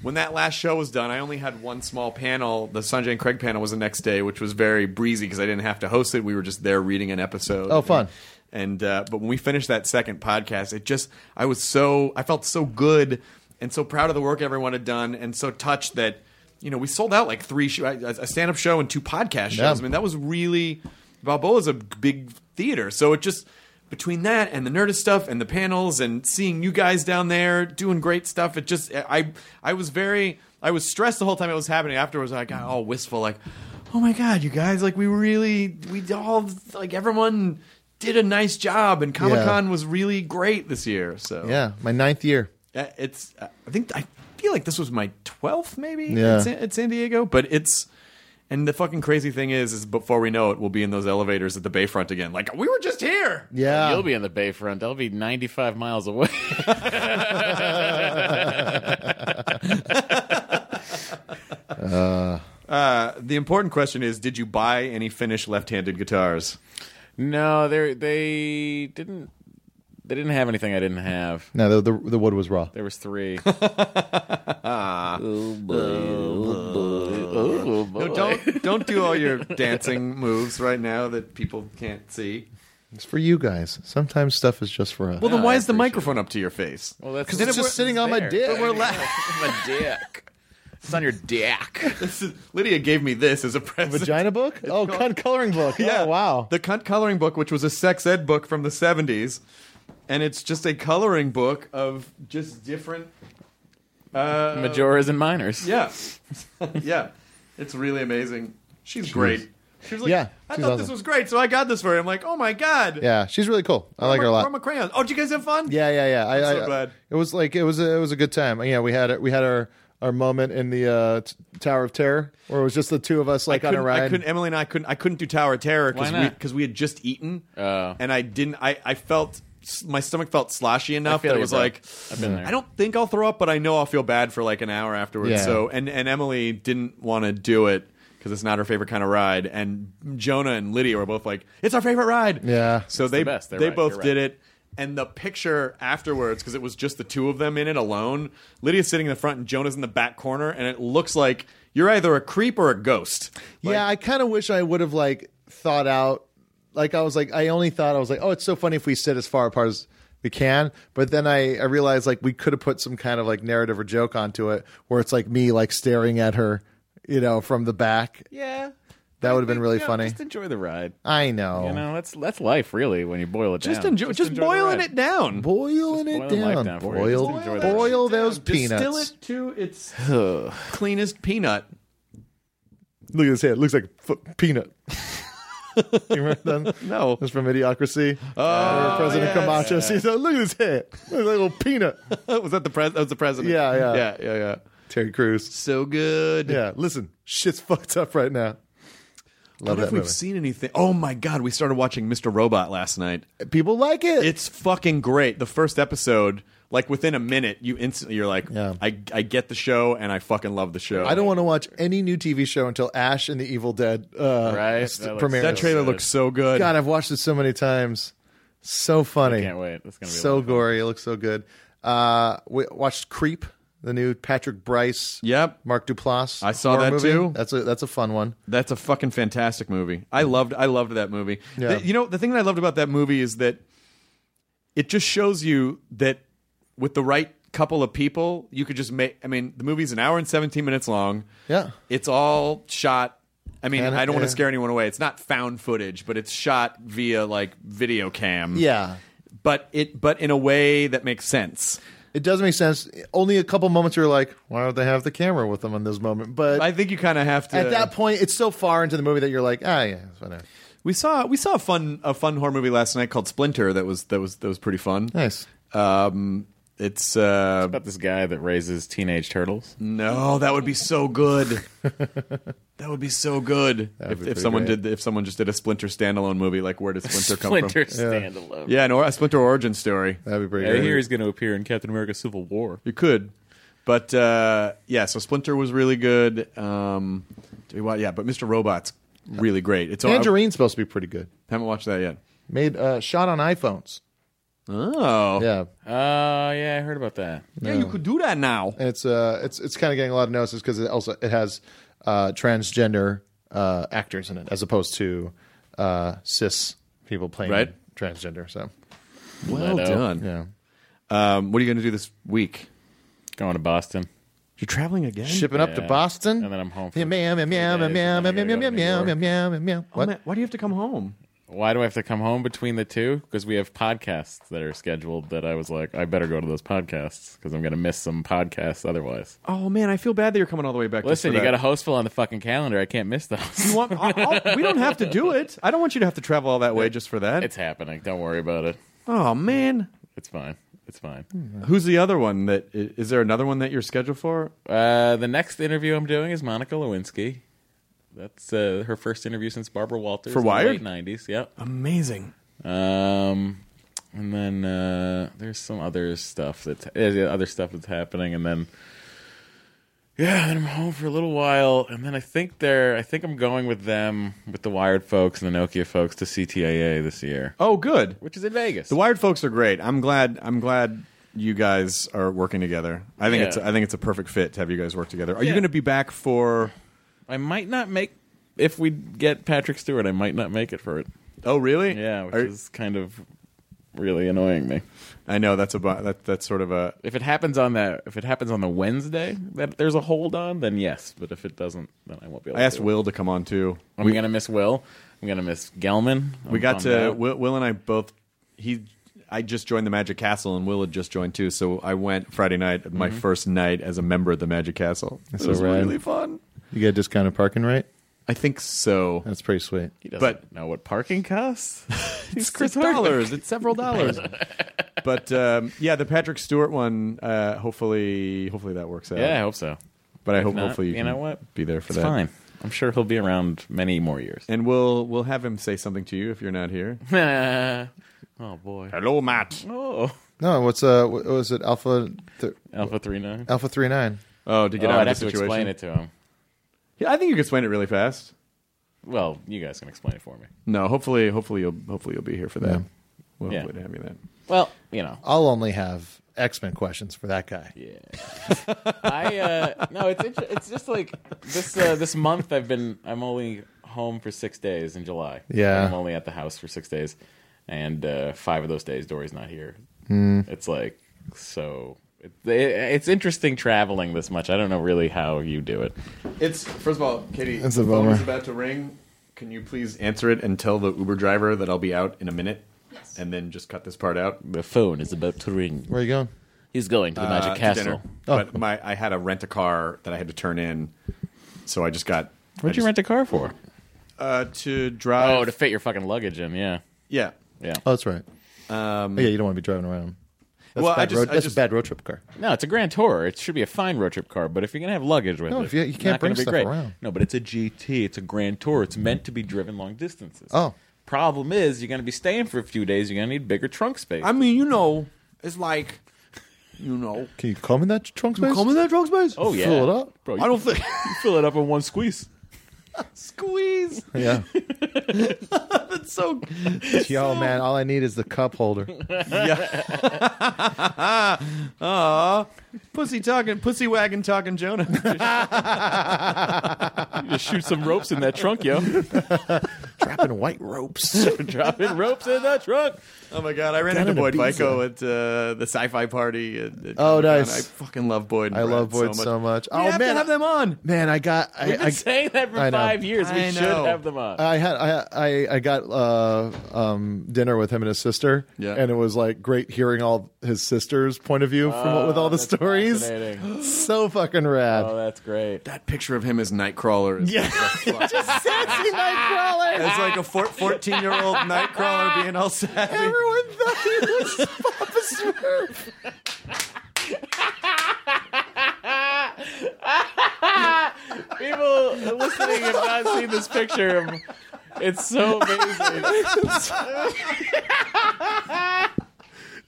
A: when that last show was done i only had one small panel the sanjay and craig panel was the next day which was very breezy because i didn't have to host it we were just there reading an episode
D: Oh, fun.
A: and uh, but when we finished that second podcast it just i was so i felt so good and so proud of the work everyone had done and so touched that you know we sold out like three sh- a a stand-up show and two podcast shows
D: Yeah.
A: i mean that was really balboa's a big theater so it just between that and the Nerdist stuff and the panels and seeing you guys down there doing great stuff, it just I I was very I was stressed the whole time it was happening. Afterwards, I got all wistful, like, oh my god, you guys, like we really we all like everyone did a nice job and Comic Con was really great this year. So
D: yeah, my ninth year.
A: uh, it's uh, I think I feel like this was my twelfth maybe
D: Yeah.
A: at, San, at San Diego, but it's. And the fucking crazy thing is, is before we know it, we'll be in those elevators at the Bayfront again. Like we were just here.
D: Yeah,
E: You'll be in the Bayfront. I'll be 95 miles away.
A: Uh, the important question is: Did you buy any Finnish left-handed guitars?
E: no, they they didn't they didn't have anything I didn't have.
D: No, the, the the wood was raw.
E: There was three.
A: No, don't don't do all your dancing moves right now that people can't see.
D: It's for you guys. Sometimes stuff is just for us.
A: Well, then
E: No,
A: why
E: I
A: is the
E: appreciate
A: microphone up to your face?
E: Well, that's
D: 'Cause it's just sitting on my dick.
E: But we're laughing. my dick. It's on your dick.
A: This is, Lydia gave me this as a present.
D: Vagina book? Oh, cunt coloring book.
A: Yeah,
D: Oh, wow.
A: The cunt coloring book, which was a sex ed book from the '70s, and it's just a coloring book of just different. Uh,
E: Majoras and minors.
A: yeah, yeah, it's really amazing. She's great. She was like,
D: Yeah,
A: I
D: she's
A: thought this
D: awesome.
A: was great, so I got this for her. I'm like, oh my god.
D: yeah, she's really cool. I like her a lot.
A: From a crayon. Oh, did you guys have fun?
D: Yeah, yeah, yeah. I,
A: I'm so
D: I-
A: glad.
D: It was like it was a, it was a good time. Yeah, we had it. We had our our moment in the uh, t- Tower of Terror, where it was just the two of us like
A: I
D: on a
A: couldn't- I
D: ride.
A: couldn't- Emily and I couldn't. I couldn't do Tower of Terror
E: Why
A: because we
E: not?
A: because we had just eaten,
E: Oh.
A: and I didn't. I I felt s- my stomach felt sloshy enough
E: feel
A: that it
E: you,
A: was
E: bro.
A: like
E: I've been there.
A: I don't think I'll throw up, but I know I'll feel bad for like an hour afterwards.
D: Yeah.
A: So and and Emily didn't want to do it because it's not her favorite kind of ride. And Jonah and Lydia were both like, "It's our favorite ride."
D: Yeah.
A: So they
E: the best. They're
A: they
E: right.
A: both
E: You're
A: did
E: right.
A: it. And the picture afterwards, because it was just the two of them in it alone. Lydia's sitting in the front, and Jonah's in the back corner, and it looks like you're either a creep or a ghost.
D: yeah, I kind of wish I would have like thought out. Like I was like, I only thought I was like, oh, it's so funny if we sit as far apart as we can. But then I, I realized like we could have put some kind of like narrative or joke onto it where it's like me like staring at her, you know, from the back.
E: Yeah.
D: That would have been really
E: Yeah,
D: funny.
E: Just enjoy the ride.
D: I know.
E: You know, that's that's life really when you boil it
A: Just
E: down.
A: enjoy, just,
E: the
A: boiling
E: ride.
A: it down.
D: Boiling it
E: boil life
D: down,
E: down for you.
D: boil,
E: Just
D: boil,
E: enjoy that
D: those
A: Distill
D: peanuts.
A: it to its cleanest peanut.
D: Look at his head; looks like a f- peanut. you remember that?
A: No.
D: That's from Idiocracy. Oh, President Camacho sees that. Look at his head; looks like a little peanut.
A: was that the pres? That was the president.
D: Yeah, yeah.
A: yeah, yeah, yeah.
D: Terry Crews.
A: So good.
D: Yeah, listen, shit's fucked up right now.
A: Love
D: Love
A: what if
D: that
A: we've
D: movie.
A: seen anything? Oh my god, we started watching Mr. Robot last night.
D: People like it.
A: It's fucking great. The first episode, like within a minute, you instantly you're like,
D: Yeah.
A: I I get the show and I fucking love the show.
D: I don't want to watch any new TV show until Ash and the Evil Dead uh,
E: Right?
D: st-
E: That looks-
D: premieres.
A: That trailer looks so good.
D: God, I've watched it so many times. So funny.
E: Can't wait. That's gonna be
D: so gory. It looks so good. Uh, we watched Creep, the new Patrick Bryce.
A: Yep.
D: Mark Duplass.
A: I saw
D: horror
A: that
D: movie.
A: too.
D: That's a that's a fun one.
A: That's a fucking fantastic movie. I loved I loved that movie.
D: Yeah.
A: The- you know, the thing that I loved about that movie is that it just shows you that with the right couple of people, you could just make I mean, the movie's an hour and 17 minutes long.
D: Yeah.
A: It's all shot I mean,
D: And,
A: I don't want
D: uh,
A: to scare anyone away. It's not found footage, but it's shot via like video cam.
D: Yeah.
A: But it but in a way that makes sense.
D: It does make sense. Only a couple moments you're like, why don't they have the camera with them in this moment? But
A: I think you kind of have to
E: uh,
D: at that point, it's so far into the movie that you're like, ah, yeah, it's whatever.
A: We saw we saw a fun a fun horror movie last night called Splinter that was that was that was pretty fun.
D: Nice.
A: Um, it's uh,
E: About this guy that raises teenage turtles.
A: no, that would be so good. that would be so good if, if someone
D: great.
A: did if someone just did a Splinter standalone movie. Like where does Splinter come
E: Splinter
A: from?
E: standalone.
A: Yeah, an or, a Splinter origin story.
D: That'd be pretty
E: I
D: good.
E: hear he's going to appear in Captain America: Civil War.
A: You could, but uh, yeah. So Splinter was really good. Um, do we wa- yeah, but Mr. Robot's really great. It's
D: Tangerine's supposed to be pretty good.
A: I haven't watched that yet.
D: Made uh, shot on iPhones.
A: Oh,
D: Yeah,
E: Oh, yeah, I heard about that.
A: yeah. You could do that now.
D: and it's uh, it's it's kind of getting a lot of notice because it also it has uh, transgender uh, actors in it as opposed to uh, cis people playing
A: Right.
D: transgender. So
A: Well
E: Leto.
A: done.
D: yeah,
A: Um, what are you going to do this week?
E: Going to Boston.
A: You're traveling again.
D: shipping up to
E: Yeah.
D: Boston,
E: And then I'm home for
D: Yeah, meow, meow,
E: three
D: meow, meow,
E: days,
D: meow, meow,
E: and then
D: meow,
E: I gotta
D: meow,
E: go to New
D: meow,
E: York.
D: meow, meow, meow.
A: Oh,
D: What?
A: man, why do you have to come home?
E: Why do I have to come home between the two? Because we have podcasts that are scheduled that I was like, I better go to those podcasts because I'm going to miss some podcasts otherwise.
A: Oh man, I feel bad that you're coming all the way back. just
E: Listen,
A: for
E: you
A: that.
E: got a hostful on the fucking calendar. I can't miss those.
A: You want- I'll- I'll- we don't have to do it. I don't want you to have to travel all that way just for that.
E: it's happening. Don't worry about it.
A: oh man,
E: It's fine. It's fine.
A: who's the other one? That i- is there another one that you're scheduled for?
E: Uh, the next interview I'm doing is Monica Lewinsky. That's uh, her first interview since Barbara Walters
A: For
E: in the
A: Wired?
E: late '90s. Yep.
A: Amazing.
E: Um, and then uh, there's some other stuff that's there's the other stuff that's happening, and then yeah, then I'm home for a little while, and then I think they're I think I'm going with them with the Wired folks and the Nokia folks to CTAA this year,
A: Oh, good.
E: which is in Vegas.
A: The Wired folks are great. I'm glad. I'm glad you guys are working together. I think
E: Yeah.
A: it's. I think it's a perfect fit to have you guys work together. Are you
E: Yeah.
A: going to be back for?
E: I might not make if we get Patrick Stewart. I might not make it for it.
A: Oh, really?
E: Yeah, which
A: Are-
E: is kind of really annoying me.
A: I know that's a bu- that, that's sort of a
E: If it happens on the if it happens on the Wednesday that there's a hold on, then yes. But if it doesn't, then I won't be able.
A: I
E: to
A: asked
E: do it.
A: Will to come on too.
E: I'm gonna miss Will. I'm gonna miss Gelman. I'm
A: we got
E: bummed
A: to
E: out.
A: Will, Will and I both. He, I just joined the Magic Castle, and Will had just joined too. So I went Friday night, my
E: Mm-hmm.
A: first night as a member of the Magic Castle. This it was
D: rad.
A: really fun.
D: You get a discounted parking rate.
A: I think so.
D: That's pretty sweet.
E: He doesn't
A: but-
E: know what parking costs.
A: It's Chris dollars. It's several dollars. but um, yeah, the Patrick Stewart one. Uh, hopefully, hopefully that works out.
E: yeah, I hope so.
A: But I hope
E: not,
A: hopefully you,
E: you
A: can
E: know what?
A: be there for
E: It's
A: that.
E: fine. I'm sure he'll be around many more years.
A: And we'll we'll have him say something to you if you're not here.
E: oh boy.
A: Hello, Matt.
E: Oh,
I: No, what's uh, what was it? Alpha, th-
E: Alpha Three Nine.
I: Alpha three nine.
A: Oh, to get
E: Oh,
A: out of
E: I'd have
A: the
E: to
A: situation.
E: explain it to him.
A: Yeah, I think you can explain it really fast.
E: Well, you guys can explain it for me.
A: No, hopefully, hopefully you'll hopefully you'll be here for that. We'll
E: Yeah.
A: hopefully have you then.
E: Well, you know,
D: I'll only have X Men questions for that guy.
E: I uh, no, it's inter- it's just like this uh, this month I've been I'm only home for six days in July.
D: Yeah.
E: I'm only at the house for six days, and uh, five of those days Dory's not here. It's like so. It, it, it's interesting traveling this much. I don't know really how you do it.
A: It's first of all, Katie.
I: That's
A: the
I: a
A: phone
I: bummer.
A: is about to ring. Can you please answer it and tell the Uber driver that I'll be out in a minute, and then just cut this part out.
E: The phone is about to ring.
D: Where are you going?
E: He's going to the
A: Uh,
E: Magic
A: to
E: Castle.
A: dinner.
D: Oh.
A: But my I had a rent a car that I had to turn in, so I just got.
E: What'd you rent a car for?
A: a- uh, to drive?
E: Oh, to fit your fucking luggage in. Yeah,
A: yeah.
E: yeah.
D: Oh, that's right. Um, yeah, you don't want to be driving around. That's
A: Well,
D: a bad
A: I just-
D: road,
A: I
D: that's
A: just-
D: a bad road trip car.
E: No, it's a Grand Tourer. It should be a fine road trip car. But if you're gonna have luggage with
D: No,
E: it,
D: if you- you
E: it's
D: can't
E: not
D: bring
E: gonna be
D: stuff
E: great.
D: around.
E: No, but it's a GT. It's a Grand Tourer. It's meant to be driven long distances.
D: Oh.
E: problem is you're gonna be staying for a few days. You're gonna need bigger trunk space.
A: mean, you know, it's like, you know,
D: Can you come in that trunk space?
A: in that drug space.
E: oh yeah,
D: fill it up.
E: Bro,
A: I don't think.
E: you fill it up in one squeeze.
A: Squeeze.
D: Yeah.
A: That's so.
D: Yo, man, all I need is the cup holder.
A: Aw, pussy talking, pussy wagon talking, Jonah.
E: You just shoot some ropes in that trunk, yo.
D: Wrapping white ropes.
E: Dropping ropes in that trunk.
A: oh my god, I ran
D: Down
A: into
D: in
A: Boyd
D: Ibiza.
A: Vico at uh, the sci-fi party. At, at Comic-Con.
D: Oh, nice.
A: I fucking love Boyd. and
D: I
A: Brad
D: love Boyd so much.
A: We
D: Oh,
A: have to
D: man.
A: have them on.
D: Man, I got.
E: We've been
D: I, I,
E: saying that for
D: I know.
E: five years. We
A: I
E: should
A: know.
E: have them on.
D: I had I I, I got uh, um, dinner with him and his sister,
A: Yeah.
D: and it was like great hearing all his sister's point of view from with all the stories.
E: Ah, Fascinating.
D: So fucking rad.
E: Oh, that's great.
A: That picture of him as Nightcrawler. Is yeah,
D: Sexy Nightcrawler.
A: it's like a fourteen-year-old Nightcrawler being all savvy.
D: Everyone thought he was Papa Smurf.
E: People listening have not seen this picture. of- It's so amazing.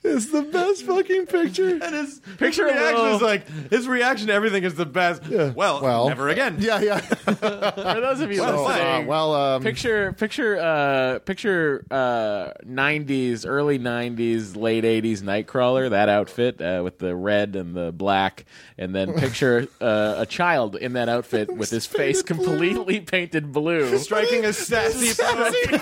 D: It's the best fucking picture.
A: And his picture
E: of
A: reaction
E: Will.
A: is like his reaction to everything is the best. Well,
D: Well.
A: never again.
D: Yeah, yeah.
E: For those of you
A: Well,
E: listening,
D: Uh, well, um,
E: picture, picture, uh, picture, uh, '90s, early '90s, late '80s Nightcrawler. That outfit uh, with the red and the black, and then picture uh, a child in that outfit with his face
D: painted blue.
E: completely painted blue.
A: Striking a sassy pose. He's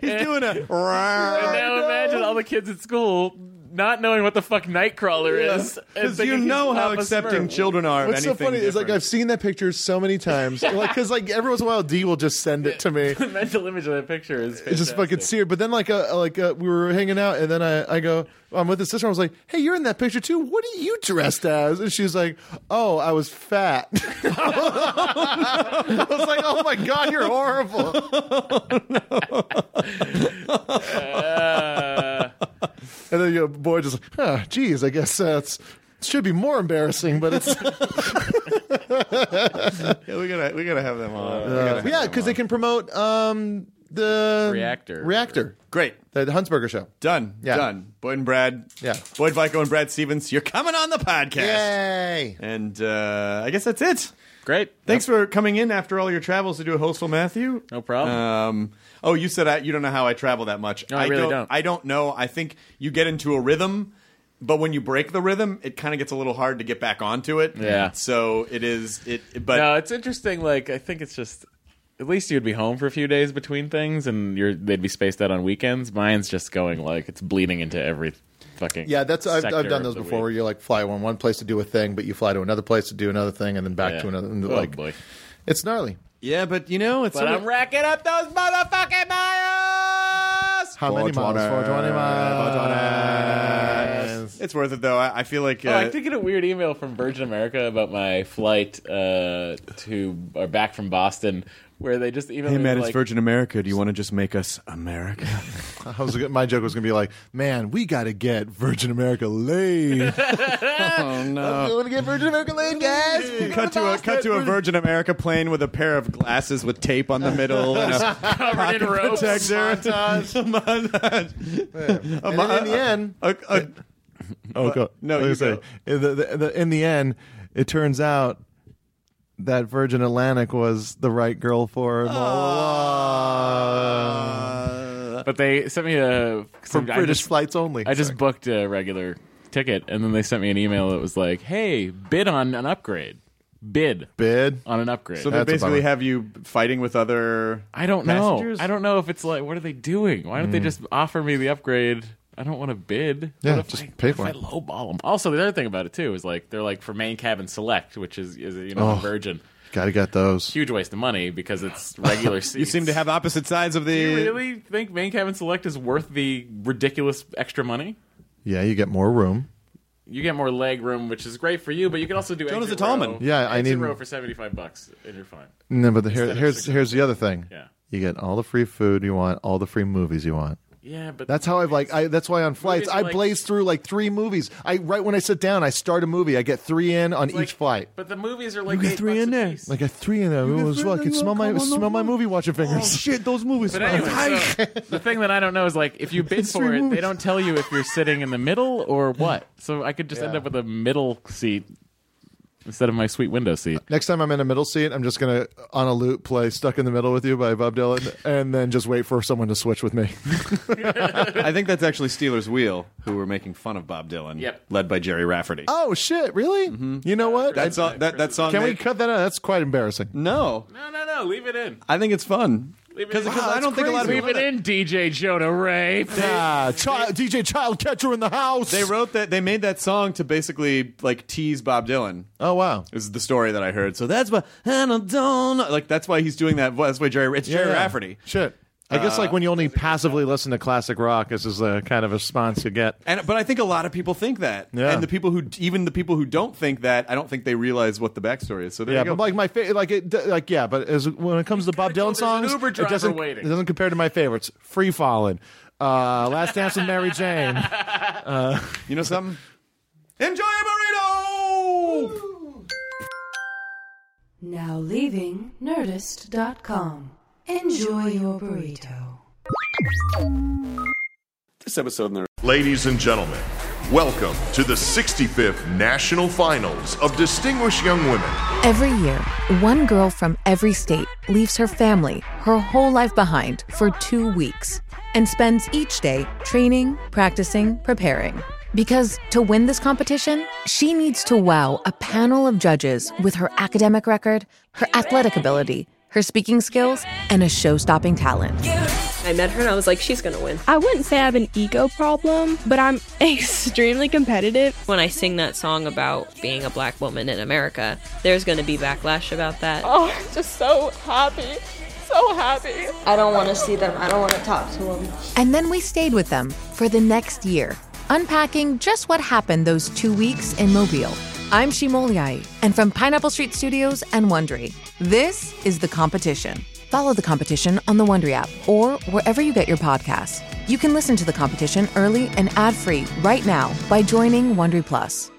A: doing a.
E: And now imagine all the kids at school not knowing what the fuck Nightcrawler is. and
A: Because you
E: thinking he's
A: know how
E: Papa
A: accepting
E: Smurf.
A: children are. of
D: What's so
A: anything
D: funny is like
A: different.
D: I've seen that picture so many times, like because like every once in a while D will just send it to me.
E: The mental image of that picture is
D: It's just fucking seared. But then like uh, like uh, we were hanging out, and then I I go I'm with his sister. I was like, hey, you're in that picture too. What are you dressed as? And she's like, oh, I was fat. I was like, oh my god, you're horrible.
E: Uh,
D: And then your boy just like, huh, geez, I guess that's. Should be more embarrassing, but it's
A: Yeah, we gotta we gotta have them on. We gotta have
D: Uh, yeah,
A: them
D: because they
A: on.
D: can promote um, the
E: Reactor.
D: reactor,
A: Great.
D: the Huntsberger show.
A: Done.
D: Yeah.
A: Done. Boyd and Brad.
D: Yeah.
A: Boyd Vico and Brad Stevens, you're coming on the podcast.
D: Yay!
A: And uh, I guess that's it.
E: great.
A: Thanks for coming in after all your travels to do a hostful Matthew.
E: No problem.
A: Um, oh, you said I, you don't know how I travel that much.
E: No, I really don't.
A: I don't know. I think you get into a rhythm, but when you break the rhythm, it kind of gets a little hard to get back onto it.
E: Yeah.
A: So it is. It. But
E: no, it's interesting. Like I think it's just at least you'd be home for a few days between things, and you're they'd be spaced out on weekends. Mine's just going like it's bleeding into every fucking
D: Yeah, that's I've,
E: sector
D: I've done
E: of
D: those
E: the
D: before. Where
E: week.
D: you like fly one one place to do a thing, but you fly to another place to do another thing, and then back
E: Yeah.
D: to another. And
E: Oh,
D: like,
E: boy.
D: it's gnarly.
A: yeah, but you know, it's.
E: But I'm racking up those motherfucking miles.
D: How many miles? Four twenty miles.
A: It's worth it though. I, I feel like uh,
E: Oh, I did get a weird email from Virgin America about my flight uh, to or back from Boston, where they just emailed
A: Hey
E: me
A: man,
E: like,
A: it's Virgin America. Do you want to just make us America?
D: I was, my joke was going to be like, man, we got to get Virgin America laid.
A: oh no!
D: want to get Virgin America laid, guys. We're
A: Cut to a cut to a Virgin America plane with a pair of glasses with tape on the middle and a
E: covered in ropes.
A: protector.
D: And then in the end,
A: A- a-
D: oh, go.
A: no,
D: I was
A: you
D: gonna say, in the, the, the, in the end, it turns out that Virgin Atlantic was the right girl for him all along.
E: But they sent me a
D: For
E: some, Ah. I
D: British
E: just-
D: flights only.
E: I just booked a regular ticket, and then they sent me an email that was like, "Hey, bid on an upgrade. Bid
D: bid.
E: on an upgrade."
A: so they
D: That's a
A: basically
D: bummer.
A: have you fighting with other.
E: I don't
A: Passengers?
E: know. I don't know if it's like, what are they doing? Why don't they just offer me the upgrade? I don't want to bid.
D: Hmm. Yeah,
E: What if
D: just
E: I,
D: pay
E: what
D: for
E: if
D: it.
E: I lowball them. Also, the other thing about it too is like they're like for main cabin select, which is is you know
D: Oh.
E: Virgin.
D: Gotta get those.
E: Huge waste of money because it's regular seats.
A: You seem to have opposite sides of the.
E: Do you really think main cabin select is worth the ridiculous extra money?
D: Yeah, you get more room.
E: You get more leg room, which is great for you, but you can also do
A: Jonas
E: exit
A: the Tallman.
E: row.
D: Yeah, I
E: exit
D: need-
E: row for seventy five bucks, and you're fine.
D: No, but the, here,
E: of
D: here's
E: 600.
D: here's the other thing.
E: Yeah.
D: You get all the free food you want, all the free movies you want.
E: Yeah, but
D: That's how I've like. I, that's why on flights
E: Movies are
D: I
E: like-
D: blaze through like three movies. I right when I sit down, I start a movie. I get three in on each
E: like-
D: flight.
E: But the movies are like
A: get
E: eight
A: three
E: bucks
A: in
E: a
A: there.
E: piece.
D: Like a three in a it was
A: three in
D: like
A: a-
D: smell my
A: come on,
D: smell my
A: come on. Oh,
D: movie watching fingers.
A: shit, those movies.
E: But anyway, so the thing that I don't know is like if you bid for
D: three
E: it,
D: movies.
E: they don't tell you if you're sitting in the middle or what. So I could just end up with a middle seat instead of my sweet window seat.
D: Next time I'm in a middle seat, I'm just gonna on a loop play "Stuck in the Middle with You" by Bob Dylan, and then just wait for someone to switch with me.
A: I think that's actually Steelers Wheel, who were making fun of Bob Dylan,
E: Yep.
A: led by Jerry Rafferty.
D: oh shit! Really? You know what?
A: Mm-hmm. That song. That, that song.
D: Can we
A: made-
D: cut that out? That's quite embarrassing.
A: No,
E: No, no, no. Leave it in.
A: I think it's fun
E: Leave it
A: because
E: in. Wow,
A: I
E: that's
A: don't think a lot of
E: Leave
A: people.
E: it in, DJ Jonah Ray.
D: Ah, child, DJ Child Catcher in the house.
A: They wrote that. They made that song to basically like tease Bob Dylan.
D: oh wow.
A: Is the story that I heard. So that's why and I don't like. That's why he's doing that. voice. That's why Jerry. It's Jerry
D: Yeah.
A: Rafferty. Uh,
D: Shit. I guess like when you only passively listen to classic rock, this is a kind of response you get.
A: And but I think a lot of people think that.
D: Yeah.
A: And the people who even the people who don't think that, I don't think they realize what the backstory is. So there
D: Yeah,
A: you go.
D: but like my fa- like it like yeah, but as when it comes to Bob
E: go,
D: Dylan
E: there's an
D: songs,
E: Uber
D: it
E: driver
D: doesn't
E: waiting.
D: it doesn't compare to my favorites. Free Falling, uh, Last Dance with Mary Jane.
A: you know something? Enjoy a burrito.
B: Now leaving Nerdist.com. Enjoy your burrito.
F: This episode of Nerdist
J: Ladies and gentlemen, welcome to the 65th National Finals of Distinguished Young Women.
K: Every year, one girl from every state leaves her family, her whole life behind for two weeks and spends each day training, practicing, preparing. Because to win this competition, she needs to wow a panel of judges with her academic record, her athletic ability, her speaking skills, and a show stopping talent.
L: I met her and I was like, she's going to win.
K: I wouldn't say I have an ego problem, but I'm extremely competitive.
L: When I sing that song about being a black woman in America, there's going to be backlash about that.
K: I don't want to see them. I don't want to talk to them. And then we stayed with them for the next year, unpacking just what happened those two weeks in Mobile. I'm Shimolyai, and from Pineapple Street Studios and Wondery, this is The Competition. Follow The Competition on the Wondery app or wherever you get your podcasts. You can listen to The Competition early and ad-free right now by joining Wondery Plus.